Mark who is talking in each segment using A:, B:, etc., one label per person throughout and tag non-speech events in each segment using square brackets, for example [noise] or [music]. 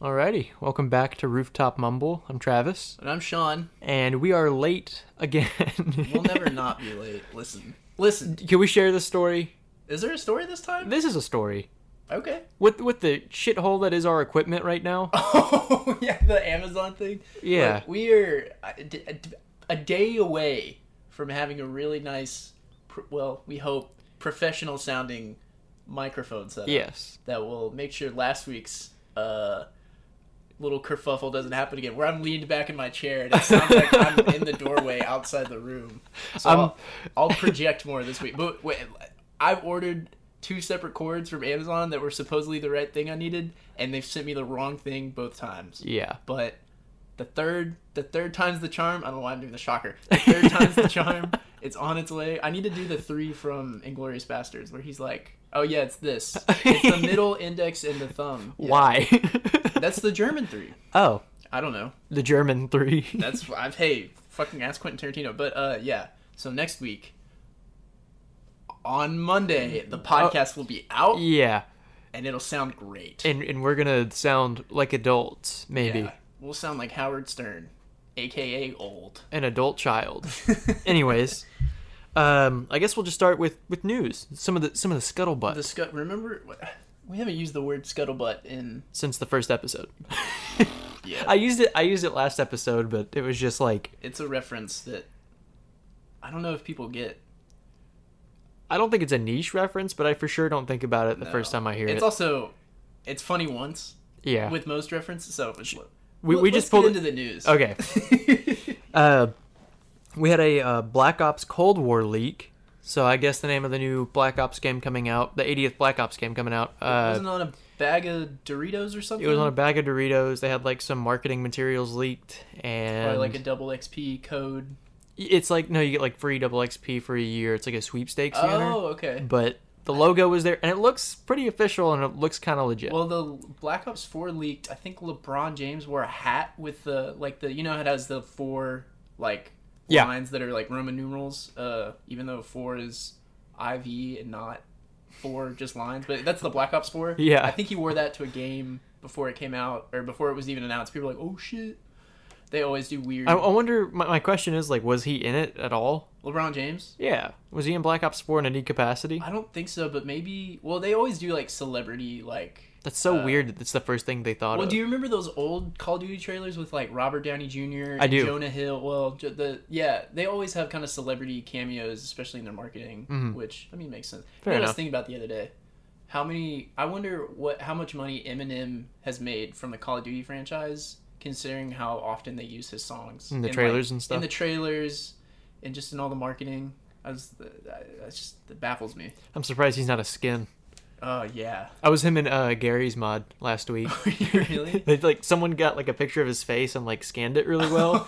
A: Alrighty, welcome back to Rooftop Mumble. I'm Travis,
B: And I'm Sean.
A: and we are late again. [laughs]
B: We'll never not be late. Listen. Listen.
A: Can we share this story?
B: Is there a story this time?
A: This is a story
B: Okay.
A: with with the shithole that is our equipment right now.
B: [laughs] Oh, yeah, the Amazon thing.
A: Yeah.
B: Look, we are a, d- a d- a day away from having a really nice, pr- well, we hope, professional sounding microphone setup
A: yes,
B: that will make sure last week's uh, little kerfuffle doesn't happen again, where I'm leaned back in my chair and it sounds like I'm in the doorway outside the room. So
A: I'm-
B: I'll, I'll project more this week. But wait, I've ordered two separate cords from Amazon that were supposedly the right thing I needed, and they've sent me the wrong thing both times.
A: yeah.
B: But the third, the third time's the charm. I don't know why I'm doing the shocker. The third time's the charm. It's on its way. I need to do the three from Inglorious Bastards, where he's like, "Oh yeah, it's this. It's the middle index and the thumb. Yeah. [laughs]
A: Why?
B: That's the German three.
A: [laughs] oh,
B: I don't know.
A: the German three.
B: That's I've hey, fucking ask Quentin Tarantino. But uh yeah. So next week on Monday, the podcast will be
A: [laughs]
B: out
A: yeah,
B: and it'll sound great.
A: and and we're gonna sound like adults, maybe
B: Yeah. We'll sound like Howard Stern, aka old.
A: an adult child.
B: [laughs]
A: Anyways, um, I guess we'll just start with with news. Some of the some of the scuttlebutt
B: The scut remember we haven't used the word scuttlebutt in
A: since the first episode. [laughs]
B: yeah.
A: I used it. I used it last episode, but it was just like
B: it's a reference that I don't know if people get.
A: I don't think it's a niche reference, but I for sure don't think about it the first time I hear
B: It's
A: it.
B: also it's funny once
A: yeah.
B: with most references, so it's,
A: we we
B: let's
A: just
B: get
A: pulled.
B: into the
A: [laughs]
B: news. [laughs]
A: okay. Uh, we had a uh, Black Ops Cold War leak. So I guess the name of the new Black Ops game coming out, the 80th Black Ops game coming out. Uh,
B: wasn't it on a bag of Doritos or something.
A: it was on a bag of Doritos. They had like some marketing materials leaked,
B: or
A: and
B: like a double XP code.
A: it's like no, you get like free double XP for a year. It's like a sweepstakes
B: Oh,
A: banner,
B: okay.
A: but the logo was there, and it looks pretty official, and it looks kind of legit.
B: Well, the Black Ops Four leaked. I think LeBron James wore a hat with the like the you know how it has the four like
A: Yeah.
B: lines that are like Roman numerals. Uh, even though four is IV and not four just lines, but that's the Black Ops Four.
A: Yeah.
B: I think he wore that to a game before it came out or before it was even announced. People were like, oh shit. They always do weird.
A: I, I wonder. My, my question is like, was he in it at all?
B: LeBron James.
A: Yeah, was he in Black Ops Four in any capacity?
B: I don't think so, but maybe. Well, they always do like celebrity like
A: That's so weird. that That's the first thing they thought
B: Uh, Well,
A: of.
B: do you remember those old Call of Duty trailers with like Robert Downey Jr.
A: I
B: and
A: do.
B: Jonah Hill? Well, ju- the yeah, they always have kind of celebrity cameos, especially in their marketing, which I mean makes sense.
A: Mm-hmm. Fair
B: you know what I
A: enough.
B: was thinking about the other day. How many? I wonder what how much money Eminem has made from the Call of Duty franchise, considering how often they use his songs
A: In the
B: like,
A: trailers and stuff?
B: In the trailers, and just in all the marketing, I was I- that's just that baffles me.
A: I'm surprised he's not a skin.
B: Oh yeah, [laughs]
A: I was him in uh, Gary's mod last week. [laughs]
B: really?
A: They, like someone got like a picture of his face and like scanned it really
B: [laughs]
A: well.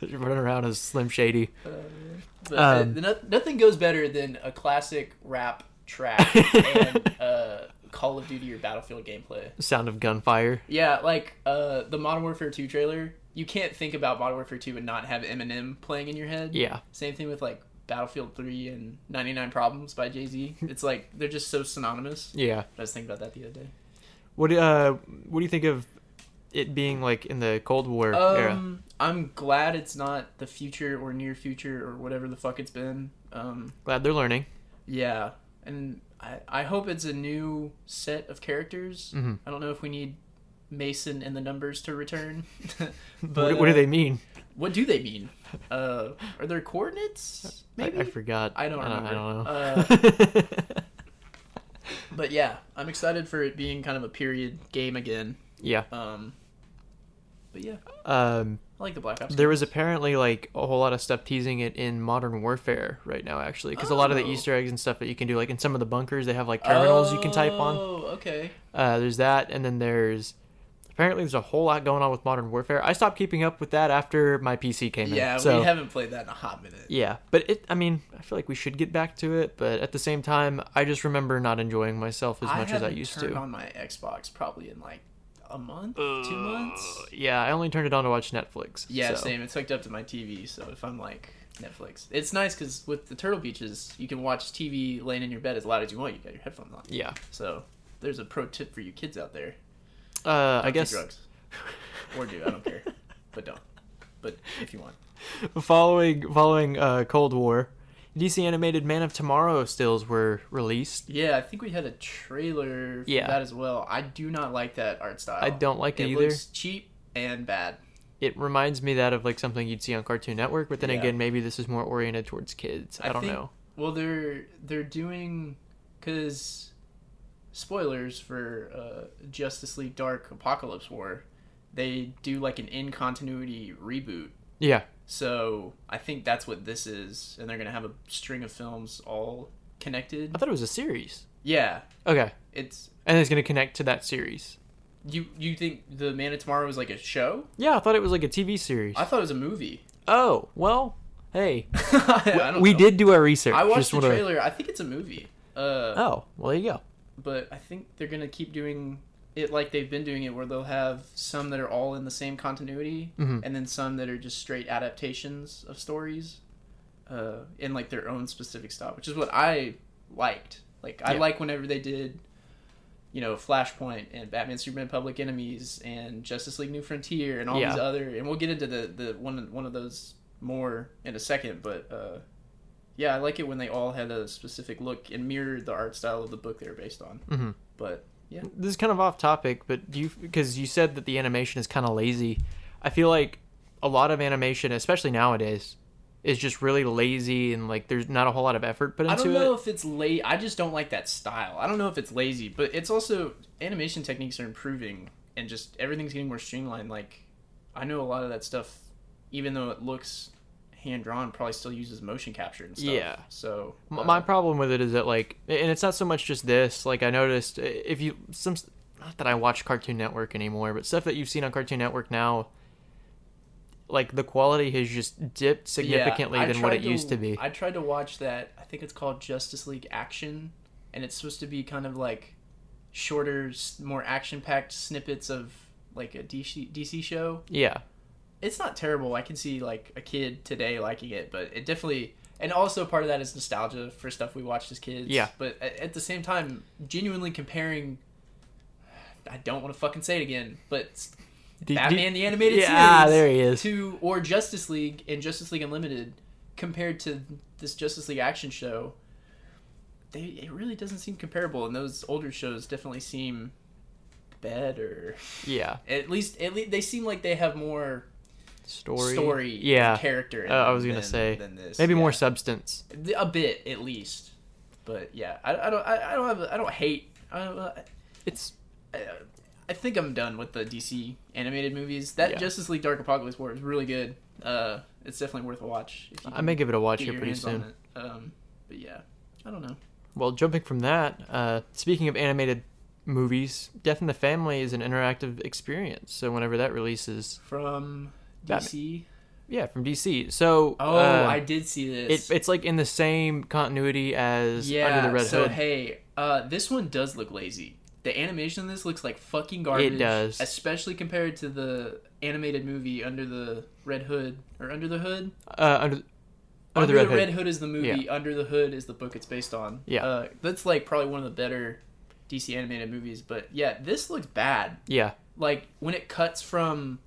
A: Running around as Slim Shady.
B: But
A: Um,
B: uh, no- nothing goes better than a classic rap track and uh, Call of Duty or Battlefield gameplay.
A: Sound of gunfire.
B: Yeah, like uh, the Modern Warfare 2 trailer. You can't think about Modern Warfare 2 and not have Eminem playing in your head.
A: Yeah.
B: Same thing with like Battlefield 3 and 99 Problems by Jay Z. It's like they're just so synonymous.
A: Yeah.
B: I was thinking about that the other day.
A: What do- uh what do you think of it being like in the Cold War era?
B: Um, I'm glad it's not the future or near future or whatever the fuck it's been. Um,
A: Glad they're learning.
B: Yeah, and I, I hope it's a new set of characters.
A: Mhm.
B: I don't know if we need Mason and the numbers to
A: [laughs]
B: return, but
A: What, what do
B: uh,
A: they mean?
B: What do they mean? Uh, are there coordinates?
A: I-
B: Maybe.
A: I, forgot. Uh,
B: I don't Uh,
A: I don't, know.
B: but yeah, I'm excited for it being kind of a period game again.
A: [laughs] yeah.
B: Um, but yeah,
A: Um
B: I like the Black Ops.
A: There was apparently like a whole lot of stuff teasing it in Modern Warfare right now, actually, because a lot of the
B: Oh.
A: Easter eggs and stuff that you can do, like in some of the bunkers, they have like terminals you can type on.
B: Oh, okay.
A: Uh, there's that, and then there's apparently there's a whole lot going on with Modern Warfare. I stopped keeping up with that after my PC came in.
B: Yeah,
A: so-
B: we haven't played that in a hot minute.
A: Yeah, but it. I mean, I feel like we should get back to it, but at the same time, I just remember not enjoying myself as much as I
B: haven't
A: used
B: turned
A: to.
B: on my Xbox probably in like a month,
A: Uh,
B: two months.
A: Yeah, I only turned it on to watch Netflix. so-
B: Yeah, same. It's hooked up to my TV, so if I'm like Netflix, it's nice because with the Turtle Beaches, you can watch TV laying in your bed as loud as you want. You got your headphones on,
A: Yeah.
B: so there's a pro tip for you kids out there.
A: Uh, I
B: do
A: guess [laughs]
B: drugs. Or do, I don't care. But don't. But if you want.
A: following following uh, Cold War, DC animated Man of Tomorrow stills were released.
B: Yeah, I think we had a trailer for
A: Yeah.
B: that as well. I do not like that art style.
A: I don't like it either.
B: Oh, looks cheap and bad.
A: It reminds me that of like something you'd see on Cartoon Network, but then
B: Yeah.
A: again, maybe this is more oriented towards kids. I,
B: I
A: don't
B: think-
A: know.
B: Well, they're they're doing because spoilers for uh, Justice League Dark Apocalypse War. They do like an in continuity reboot.
A: Yeah,
B: So I think that's what this is, and they're gonna have a string of films all connected.
A: I thought it was a series.
B: Yeah,
A: Okay,
B: it's
A: and it's gonna connect to that series.
B: you. You think the Man of Tomorrow is like a show?
A: Yeah, I thought it was like a TV series.
B: I thought it was a movie. [laughs]
A: Oh well, hey,
B: I don't
A: we
B: know.
A: did do our research.
B: I watched
A: just
B: the
A: wanna-
B: trailer. I think it's a movie. Uh,
A: Oh, well, there you go.
B: but I think they're gonna keep doing it like they've been doing it, where they'll have some that are all in the same continuity,
A: Mhm.
B: and then some that are just straight adaptations of stories, uh, in like their own specific style, which is what I liked. Like I
A: Yeah.
B: like whenever they did, you know, Flashpoint and Batman, Superman, Public Enemies, and Justice League: New Frontier, and all
A: Yeah.
B: these other. And we'll get into the the one one of those more in a second, but. Uh, yeah, I like it when they all had a specific look and mirrored the art style of the book they were based on.
A: Mhm.
B: But
A: This is kind of off topic, but do you because you said that the animation is kind of lazy. I feel like a lot of animation, especially nowadays, is just really lazy and like there's not a whole lot of effort put
B: I
A: into
B: don't know
A: it.
B: if it's late. I just don't like that style. I don't know if it's lazy, but it's also animation techniques are improving and just everything's getting more streamlined. Like I know a lot of that stuff, even though it looks hand drawn, probably still uses motion capture and stuff.
A: Yeah.
B: So
A: M-
B: uh,
A: My problem with it is that like, and it's not so much just this. Like I noticed uh, if you some not that I watch Cartoon Network anymore, but stuff that you've seen on Cartoon Network now, like the quality has just dipped
B: yeah,
A: significantly
B: I
A: than what
B: tried
A: it used to be.
B: I tried to watch that. I think it's called Justice League Action, and it's supposed to be kind of like shorter, s- more action packed snippets of like a DC DC show.
A: yeah,
B: it's not terrible. I can see like a kid today liking it, but it definitely and also part of that is nostalgia for stuff we watched as kids.
A: Yeah.
B: But a- at the same time, genuinely comparing I don't want to fucking say it again, but
A: [laughs]
B: s-
A: Do- do-
B: Batman the animated
A: yeah, ah,
B: series
A: there he is.
B: to or Justice League and Justice League Unlimited compared to this Justice League action show, they it really doesn't seem comparable and those older shows definitely seem better.
A: Yeah,
B: At least at least they seem like they have more
A: story.
B: story and
A: Yeah.
B: character in
A: Uh, I
B: them
A: was gonna
B: than-
A: say,
B: than this.
A: Maybe
B: yeah.
A: more substance.
B: Th- a bit at least but yeah i, I don't I, I don't have a- i don't hate I, don't- I,
A: It's
B: I- I think i'm done with the dc animated movies that
A: Yeah.
B: justice league dark apocalypse war is really good uh it's definitely worth a watch if you
A: I
B: can
A: may give it a watch
B: get
A: here
B: your
A: pretty
B: hands on
A: soon.
B: it. um but yeah i don't know
A: Well, jumping from that, uh, speaking of animated movies, Death in the Family is an interactive experience. So whenever that releases,
B: from
A: Batman.
B: dc
A: yeah, from DC. So
B: oh
A: uh,
B: i did see this
A: it, it's like in the same continuity as
B: yeah
A: Under the Red
B: so
A: Hood.
B: hey uh this one does look lazy the animation in this looks like fucking garbage
A: does.
B: especially compared to the animated movie under the red hood or under the hood
A: uh, under, under,
B: under,
A: the Red, Hood.
B: is the movie under the hood is the book it's based on
A: Yeah.
B: uh, that's like probably one of the better dc animated movies but yeah this looks bad
A: Yeah,
B: like when it cuts from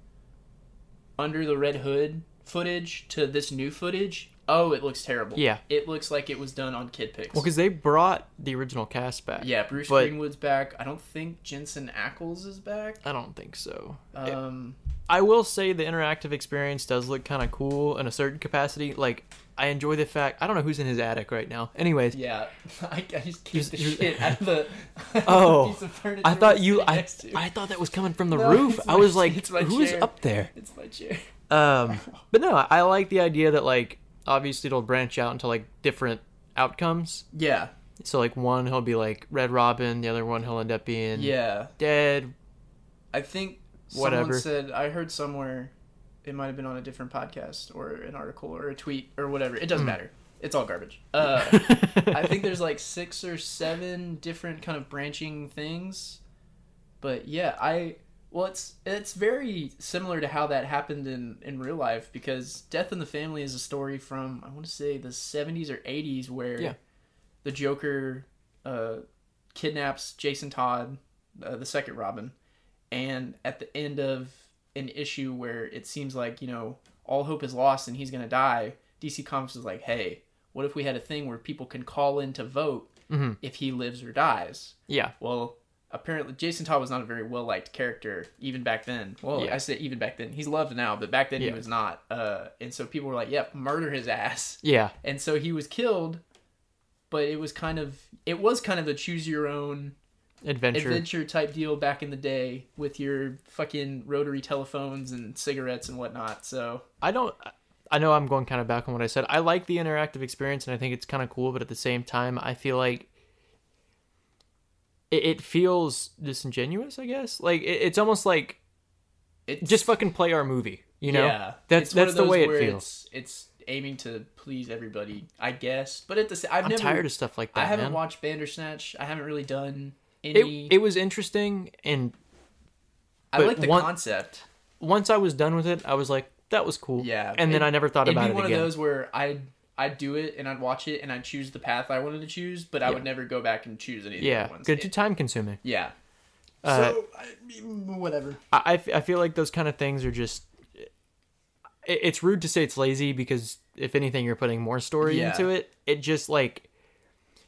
B: under the red hood footage to this new footage oh it looks terrible
A: Yeah.
B: it looks like it was done on kid picks
A: well, because they brought the original cast back.
B: yeah, Bruce
A: But-
B: Greenwood's back. I don't think Jensen Ackles is back.
A: I don't think so.
B: Um,
A: I will say the interactive experience does look kind of cool in a certain capacity. Like, I enjoy the fact I don't know who's in his attic right now. Anyways,
B: yeah, [laughs] I, I just keep
A: Here's-
B: the
A: here's-
B: shit out of the, [laughs]
A: Oh,
B: piece of furniture
A: I thought
B: I'm
A: you.
B: sitting
A: I,
B: next to.
A: I thought that was coming from the
B: No,
A: roof.
B: it's
A: I was
B: my-
A: like,
B: it's my
A: who's
B: chair.
A: up there?
B: it's my chair.
A: Um, but no, I, I like the idea that like obviously it'll branch out into like different outcomes.
B: Yeah,
A: So like one he'll be like Red Robin, the other one he'll end up being
B: yeah.
A: [laughs] dead.
B: I think
A: Whatever.
B: someone said I heard somewhere it might have been on a different podcast or an article or a tweet or whatever. It
A: Hmm.
B: doesn't matter. It's all garbage. Uh, I think there's like six or seven different kind of branching things. But yeah, I well it's it's very similar to how that happened in in real life because Death in the Family is a story from I want to say the 70s or 80s where
A: Yeah.
B: the Joker uh kidnaps Jason Todd, uh, the second Robin, and at the end of an issue where it seems like you know all hope is lost and he's gonna die, DC Comics is like, hey, what if we had a thing where people can call in to vote
A: Mhm.
B: if he lives or dies?
A: Yeah.
B: Well, apparently Jason Todd was not a very well liked character even back then. Well,
A: Yeah.
B: I say even back then. He's loved now, but back then
A: Yeah.
B: he was not. Uh, and so people were like, "Yep, murder his ass."
A: Yeah.
B: And so he was killed, but it was kind of it was kind of a choose your own
A: Adventure.
B: adventure type deal back in the day with your fucking rotary telephones and cigarettes and whatnot. So
A: I don't. I know I'm going kind of back on what I said. I like the interactive experience, and I think it's kind of cool. But at the same time, I feel like it, it feels disingenuous. I guess like it, it's almost like
B: it
A: just fucking play our movie. You know,
B: yeah,
A: that's
B: It's one
A: that's
B: of
A: the
B: those
A: way it
B: where
A: feels.
B: It's, it's aiming to please everybody, I guess. But at the sa- I've
A: I'm
B: never
A: tired of stuff like that.
B: I haven't
A: man.
B: watched Bandersnatch. I haven't really done any.
A: it. It was interesting, and
B: I
A: but
B: like the
A: one-
B: concept.
A: once I was done with it, I was like, that was cool.
B: Yeah,
A: and then
B: it-
A: I never thought
B: It'd
A: about
B: be
A: it
B: one
A: again.
B: of those where I'd I'd do it and I'd watch it and I'd choose the path I wanted to choose, but I
A: Yeah.
B: would never go back and choose any of the
A: yeah,
B: other ones.
A: good
B: It-
A: to time consuming.
B: yeah.
A: Uh,
B: so I, mm, whatever.
A: I, I f- I feel like those kind of things are just. It, it's rude to say it's lazy because if anything, you're putting more story
B: Yeah.
A: into it. It just like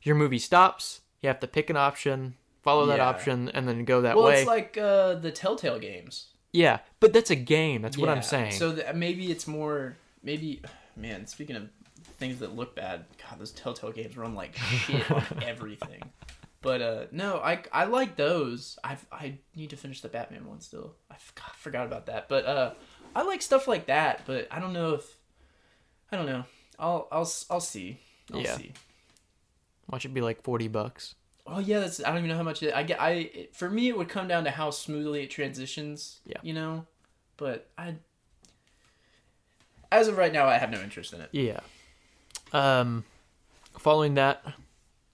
A: your movie stops. You have to pick an option, follow that
B: Yeah.
A: option, and then go that
B: Well,
A: way.
B: it's like uh, the Telltale games.
A: yeah, but that's a game. That's what
B: Yeah.
A: I'm saying.
B: So that maybe it's more maybe man. Speaking of things that look bad, God, those Telltale games run like shit
A: [laughs]
B: on everything. But uh, no, I I like those. I I need to finish the Batman one still. I f- God, forgot about that. But uh, I like stuff like that. But I don't know if I don't know. I'll I'll s- I'll see. I'll
A: Yeah.
B: see.
A: Watch it be like forty bucks.
B: Oh yeah, that's I don't even know how much it, I get. I it, for me it would come down to how smoothly it transitions.
A: Yeah.
B: You know, but I as of right now I have no interest in it.
A: Yeah. Um, following that,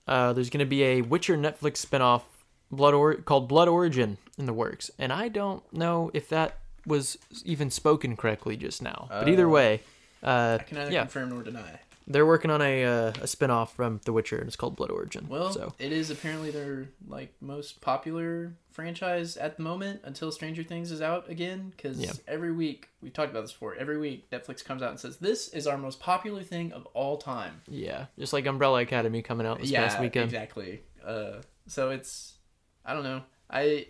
A: uh, there's going to be a Witcher Netflix spinoff, Blood or- called Blood Origin, in the works, and I don't know if that was even spoken correctly just now. But either
B: Oh.
A: way, uh,
B: I can neither
A: yeah,
B: confirm nor deny.
A: they're working on a uh, a spinoff from The Witcher, and it's called Blood Origin.
B: Well,
A: so
B: it is apparently their like most popular franchise at the moment until Stranger Things is out again because
A: Yeah.
B: every week we've talked about this before. Every week Netflix comes out and says this is our most popular thing of all time.
A: yeah, just like Umbrella Academy coming out this past weekend.
B: exactly. Uh, so it's, I don't know. I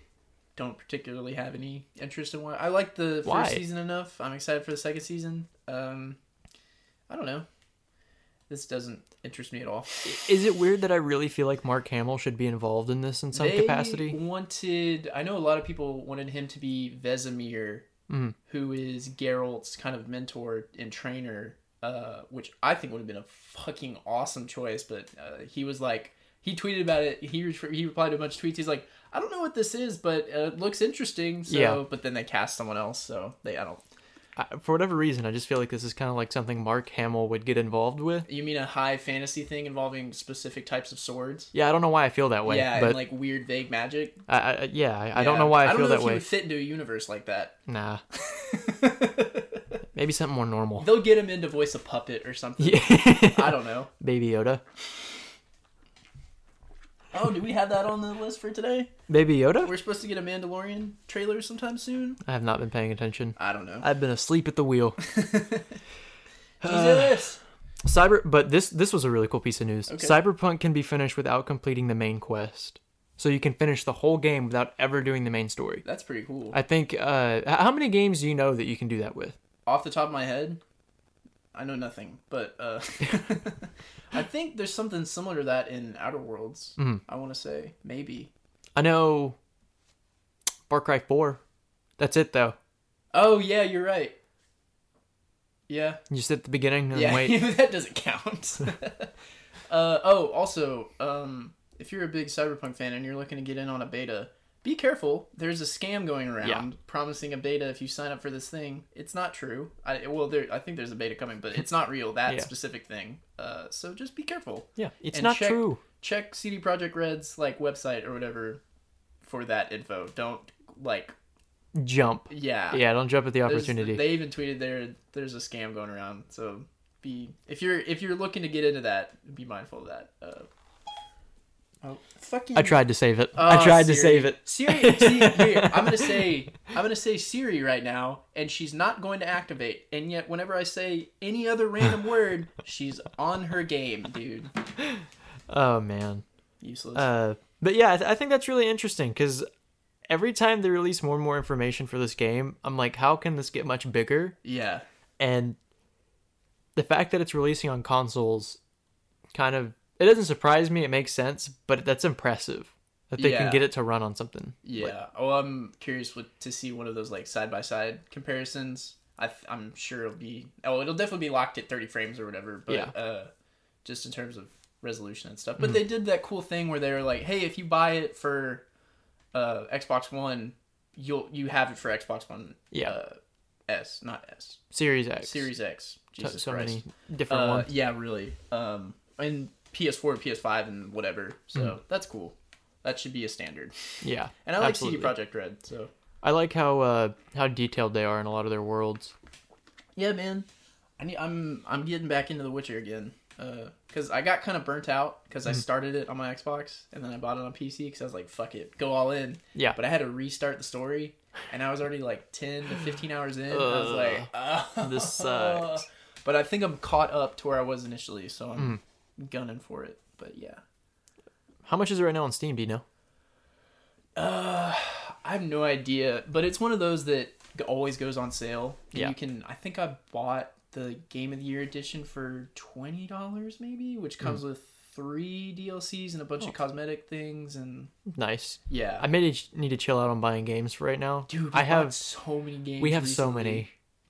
B: don't particularly have any interest in why. I like the first
A: Why?
B: season enough. I'm excited for the second season. Um, I don't know. This doesn't interest me at all.
A: Is it weird that I really feel like Mark Hamill should be involved in this in some
B: They
A: capacity?
B: wanted. I know a lot of people wanted him to be Vesemir,
A: Mm-hmm.
B: who is Geralt's kind of mentor and trainer, uh, which I think would have been a fucking awesome choice. But uh, he was like, he tweeted about it. He re- he replied to a bunch of tweets. He's like, I don't know what this is, but uh, it looks interesting. So,
A: Yeah.
B: but then they cast someone else. So they, I don't.
A: I, for whatever reason, I just feel like this is kind of like something Mark Hamill would get involved with.
B: You mean a high fantasy thing involving specific types of swords?
A: Yeah, I don't know why I feel that way.
B: yeah,
A: but
B: and like weird, vague magic.
A: I, I, yeah, I, I don't
B: Yeah.
A: know why I,
B: I don't
A: feel
B: know
A: that
B: if
A: way.
B: He would fit into a universe like that.
A: Nah,
B: [laughs]
A: maybe something more normal.
B: They'll get him in to voice a puppet or
A: [laughs]
B: something.
A: Yeah.
B: I don't know.
A: Baby Yoda.
B: Oh, do we have that on the list for today?
A: Baby Yoda.
B: We're supposed to get a Mandalorian trailer sometime soon.
A: I have not been paying attention.
B: I
A: [sighs]
B: don't know.
A: I've been asleep at the wheel.
B: Jesus.
A: Cyber, but this this was a really cool piece of news.
B: Okay.
A: Cyberpunk can be finished without completing the main quest, so you can finish the whole game without ever doing the main story.
B: That's pretty cool.
A: I think. Uh, h- how many games do you know that you can do that with?
B: Off the top of my head, I know nothing, but uh, [laughs] I think there's something similar to that in Outer Worlds. I want to say maybe.
A: I know. Far Cry Four. That's it though.
B: Oh yeah, you're right. Yeah,
A: You just at the beginning and then
B: yeah,
A: wait.
B: [laughs] that
A: [laughs]
B: doesn't count. uh, oh, also, um, if you're a big Cyberpunk fan and you're looking to get in on a beta, be careful. There's a scam going around
A: Yeah.
B: promising a beta if you sign up for this thing. It's not true. I well, there, I think there's a beta coming, but it's not real.
A: [laughs]
B: That
A: Yeah.
B: specific thing. Uh, so just be careful.
A: Yeah, it's
B: And
A: not
B: check-
A: true.
B: Check CD Project Red's like website or whatever for that info. Don't like
A: Jump.
B: yeah
A: Yeah, don't jump at the
B: there's-
A: opportunity.
B: They even tweeted there. There's a scam going around. So be if you're if you're looking to get into that, be mindful of that. Uh, Oh, fucking.
A: I tried to save it.
B: Oh,
A: I tried to
B: Siri.
A: save it.
B: Siri, see,
A: [laughs]
B: here, I'm gonna say, I'm gonna say Siri right now, and she's not going to activate. And yet, whenever I say any
A: [laughs]
B: other random word, she's on her game, dude.
A: Oh man.
B: Useless.
A: Uh, but yeah, I, th- I think that's really interesting because every time they release more and more information for this game, I'm like, how can this get much bigger?
B: yeah,
A: And the fact that it's releasing on consoles, kind of, it doesn't surprise me. It makes sense, but that's impressive that they
B: Yeah.
A: can get it to run on something.
B: yeah. oh, I'm curious what, to see one of those like side by side comparisons. I, th- I'm sure it'll be. Oh, it'll definitely be locked at 30 frames or whatever. But
A: Yeah. Mm.
B: uh, just in terms of resolution and stuff. But they did that cool thing where they were like, "Hey, if you buy it for uh, Xbox One, you'll you have it for Xbox One
A: Yeah.
B: uh, S, not S,
A: Series X.
B: Series X."
A: So,
B: Jesus
A: so
B: Christ.
A: many different
B: Uh,
A: ones.
B: Yeah, really. Um, and PS4, PS5, and whatever. So
A: Mm.
B: that's cool. That should be a standard.
A: Yeah.
B: And I like
A: absolutely.
B: CD Project Red. So
A: I like how uh, how detailed they are in a lot of their worlds.
B: yeah, man. I need, I'm I'm getting back into The Witcher again. Uh, cause I got kind of burnt out because I started it on my Xbox and then I bought it on PC because I was like, fuck it, go all in.
A: Yeah.
B: But I had to restart the story, and I was already like ten to fifteen hours in. and I was like, "Ugh."
A: this uh,
B: [laughs]
A: sucks.
B: But I think I'm caught up to where I was initially, so I'm gunning for it. But yeah.
A: How much is it right now on Steam? Do you know?
B: I have no idea, but it's one of those that g- always goes on sale. and
A: Yeah.
B: You can. I think I bought the Game of the Year edition for twenty dollars, maybe, which comes
A: Hmm.
B: with three DLCs and a
A: Oh.
B: bunch of cosmetic things, and
A: Nice.
B: yeah.
A: I may ch- need to chill out on buying games for right now.
B: Dude, we
A: I have
B: bought so many games.
A: we have so
B: recently.
A: many.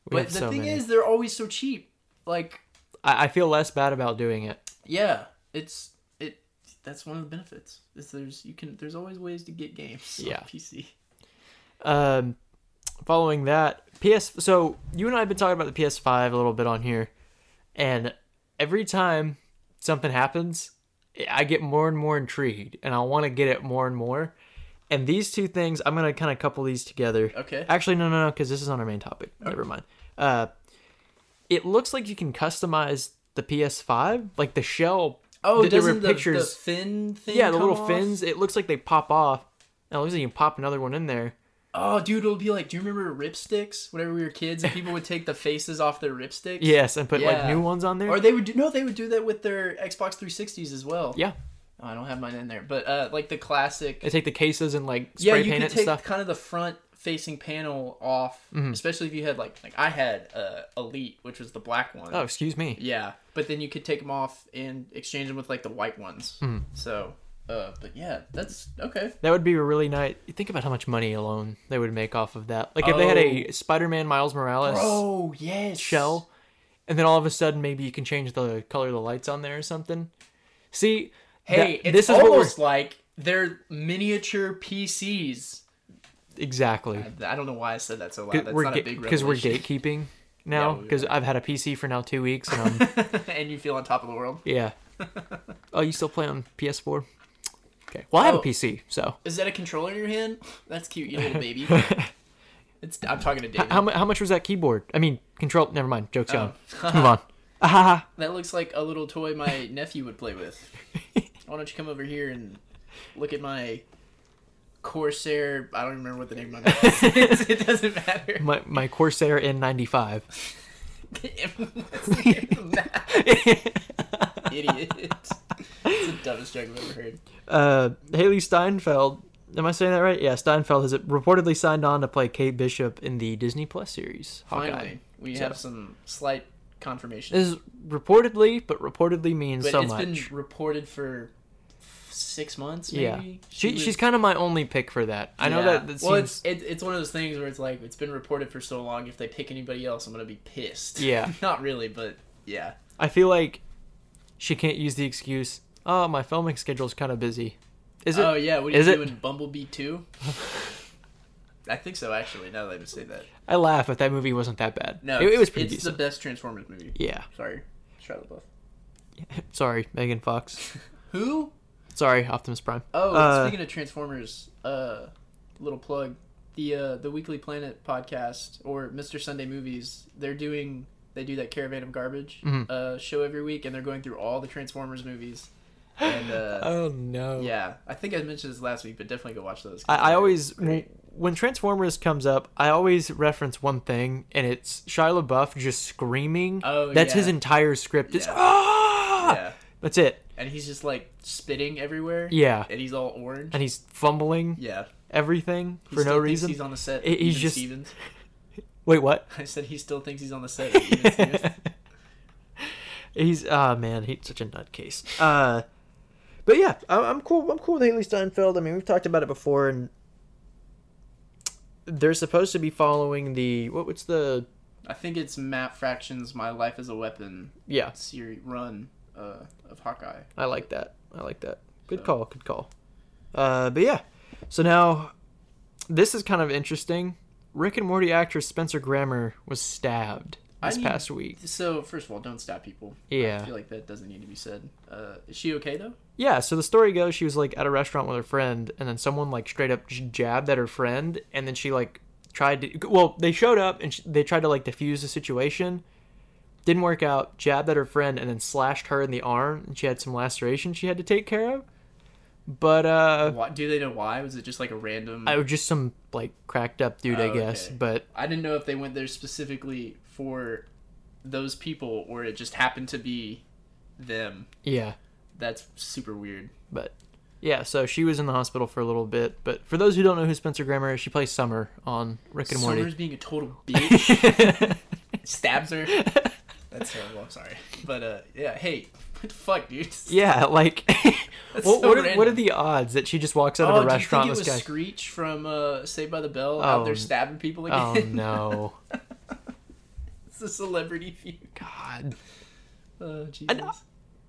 A: We
B: But
A: have
B: the
A: so
B: thing
A: many.
B: is, they're always so cheap. Like,
A: I, I feel less bad about doing it.
B: yeah, it's it. That's one of the benefits. Is there's you can there's always ways to get games. [laughs]
A: Yeah.
B: On PC.
A: Um, following that, PS. So you and I have been talking about the PS5 a little bit on here, and every time something happens, I get more and more intrigued, and I want to get it more and more. And these two things, I'm gonna kind of couple these together.
B: Okay.
A: Actually, no, no, no, because this is on our main topic. Never mind. Uh, it looks like you can customize the PS5, like the shell.
B: Oh,
A: that there were
B: doesn't the, the
A: pictures.
B: fin thing?
A: yeah, the
B: come
A: little
B: off?
A: fins. It looks like they pop off. And it looks like you can pop another one in there.
B: Oh, dude, it'll be like, do you remember ripsticks? Whenever we were kids, and people would take the faces off their ripsticks.
A: Yes, and put like
B: Yeah.
A: new ones on there.
B: Or they would do no, they would do that with their Xbox 360s as well.
A: yeah,
B: Oh, I don't have mine in there, but uh, like the classic.
A: they take the cases and like
B: yeah,
A: spray
B: you
A: paint
B: could
A: it
B: take
A: and stuff. Mm-hmm.
B: kind of the front facing panel off, especially if you had like like I had uh, Elite, which was the black one.
A: Oh, excuse me.
B: Yeah, but then you could take them off and exchange them with like the white ones.
A: Hmm.
B: So, uh, but yeah, that's okay.
A: That would be a really nice. You think about how much money alone they would make off of that. Like if they had a Spider-Man Miles Morales
B: Oh yes,
A: shell, and then all of a sudden maybe you can change the color of the lights on there or something. See,
B: Hey,
A: that-
B: it's
A: this is what we're
B: almost like they're miniature PCs.
A: exactly
B: I don't know why I said that so loud. That's
A: we're
B: not
A: ga-
B: a big
A: we're
B: revelation. [laughs]
A: gatekeeping now
B: we
A: because I've had a PC for now two weeks and
B: [laughs]
A: I'm,
B: and you feel on top of the world.
A: yeah. Oh, you still play on PS4? Okay. Well, I have
B: Oh.
A: a PC, so
B: Is that a controller in your hand? That's cute, you little
A: [laughs]
B: baby. It's, I'm talking to David.
A: How, mu- how much was that keyboard? I mean, control. Never mind. Joke's
B: Oh.
A: on.
B: [laughs]
A: Move on. [laughs] Ahaha.
B: that looks like a little toy my nephew would
A: [laughs]
B: play with. Why don't you come over here and look at my Corsair? I don't remember what the name of my mouse
A: [laughs]
B: is. It doesn't matter. [laughs]
A: My, my Corsair N95.
B: What's the name of that? Idiot. It's the dumbest joke I've ever heard.
A: [laughs] Uh, Haley Steinfeld. Am I saying that right? Yeah, Steinfeld has reportedly signed on to play Kate Bishop in the Disney Plus series. Hawkeye.
B: Finally, we have some slight confirmation.
A: This is reportedly, but reportedly means
B: but
A: so
B: it's
A: much.
B: been reported for six months. Maybe.
A: yeah, she,
B: was-
A: she's kind of my only pick for that. I know
B: Yeah.
A: that that
B: well,
A: seems.
B: it's it, it's one of those things where it's like it's been reported for so long. If they pick anybody else, I'm gonna be pissed.
A: Yeah.
B: [laughs] not really, but yeah,
A: I feel like she can't use the excuse. Oh, my filming schedule's kind of busy. Is it?
B: oh yeah, what are you
A: is it-
B: doing, Bumblebee
A: [laughs]
B: two? I think so. Actually, now that I would say that,
A: I laugh if that movie wasn't that bad.
B: no,
A: it, it
B: it's-
A: was pretty
B: It's
A: decent.
B: the best Transformers movie.
A: Yeah. [laughs]
B: Sorry, Shia LaBeouf.
A: Sorry, Megan Fox.
B: Who?
A: Sorry, Optimus Prime.
B: Oh,
A: Uh,
B: speaking of Transformers, uh, little plug. The uh, the Weekly Planet podcast or Mr. Sunday Movies, they're doing
A: Mm-hmm.
B: they do that Caravan of Garbage uh, show every week, and they're going through all the Transformers movies.
A: [laughs]
B: And uh,
A: oh no.
B: yeah, I think I mentioned this last week, but definitely go watch those. 'cause
A: I, I
B: they're
A: always
B: great.
A: when Transformers comes up, I always reference one thing, and it's Shia LaBeouf just screaming.
B: Oh,
A: that's his
B: yeah.
A: entire script. It's
B: Yeah.
A: ah,
B: yeah,
A: that's it.
B: and he's just like spitting everywhere.
A: Yeah,
B: and he's all orange.
A: and he's fumbling
B: yeah,
A: everything
B: He
A: for
B: still
A: no
B: thinks
A: reason.
B: He's on the set.
A: He- he's
B: Even
A: just-
B: Stevens. [laughs]
A: Wait, what?
B: I said he still thinks he's on
A: [laughs]
B: the set. Even Stevens.
A: he's ah man, he's such a nutcase. Uh, but yeah, I, I'm cool. I'm cool with Haley Steinfeld. I mean, we've talked about it before, and they're supposed to be following the what, what's the
B: I think it's Matt Fraction's "My Life As a Weapon"
A: yeah.
B: series run uh, of Hawkeye.
A: I like that. I like that. Good
B: So-
A: call. Good call. Uh, but yeah, so now this is kind of interesting. Rick and Morty actress Spencer Grammer was stabbed
B: I
A: this
B: need-
A: past week.
B: So first of all, don't stab people.
A: Yeah.
B: I feel like that doesn't need to be said. Uh, is she okay though?
A: Yeah, so the story goes she was like at a restaurant with her friend, and then someone like straight up j- jabbed at her friend, and then she like tried to. Well, they showed up and sh they tried to like defuse the situation. Didn't work out, jabbed at her friend, and then slashed her in the arm, and she had some laceration she had to take care of. But, uh,
B: Why, do they know why? Was it just like a random?
A: I
B: I,
A: was just some like cracked up dude, I
B: Oh,
A: guess.
B: okay.
A: But
B: didn't know if they went there specifically for those people or it just happened to be them.
A: yeah,
B: That's super weird.
A: but yeah. So she was in the hospital for a little bit. But for those who don't know who Spencer Grammer is, she plays Summer on Rick and Morty.
B: Summer's being
A: [laughs]
B: a total bitch. stabs her. That's terrible. I'm sorry, but uh, yeah. Hey, [laughs] what the fuck, dude? [laughs]
A: yeah, like [laughs] what,
B: That's so
A: what, are, what are
B: random.
A: the odds that she just walks out
B: Oh,
A: of a restaurant?
B: do you
A: This
B: think it
A: guy.
B: was Screech from uh, Saved by the Bell
A: Oh,
B: out there
A: n-
B: stabbing people
A: oh
B: [laughs] again?
A: no,
B: it's a celebrity feud.
A: God!
B: Oh,
A: I
B: Jesus.
A: know-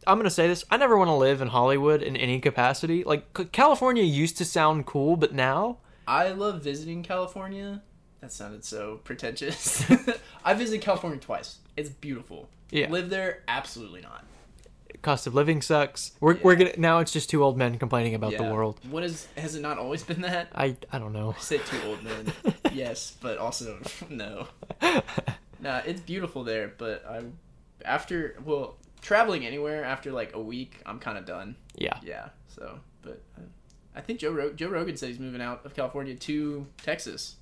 A: I'm gonna say this. I never want to live in Hollywood in any capacity. Like C- California used to sound cool, but now
B: I love visiting California. That sounded so
A: [laughs]
B: pretentious. I visited California twice. It's beautiful.
A: Yeah.
B: Live there? Absolutely not.
A: cost of living sucks. We're we're gonna now it's just two old men complaining about
B: Yeah.
A: the world.
B: What is? Has it not always been that?
A: I I don't know. [laughs]
B: I say two old men. yes, but also [laughs] no. Nah, it's beautiful there, but I, after well, traveling anywhere after like a week, I'm kind of done.
A: yeah.
B: Yeah. So, but uh, I think Joe rog Joe Rogan said he's moving out of California to Texas.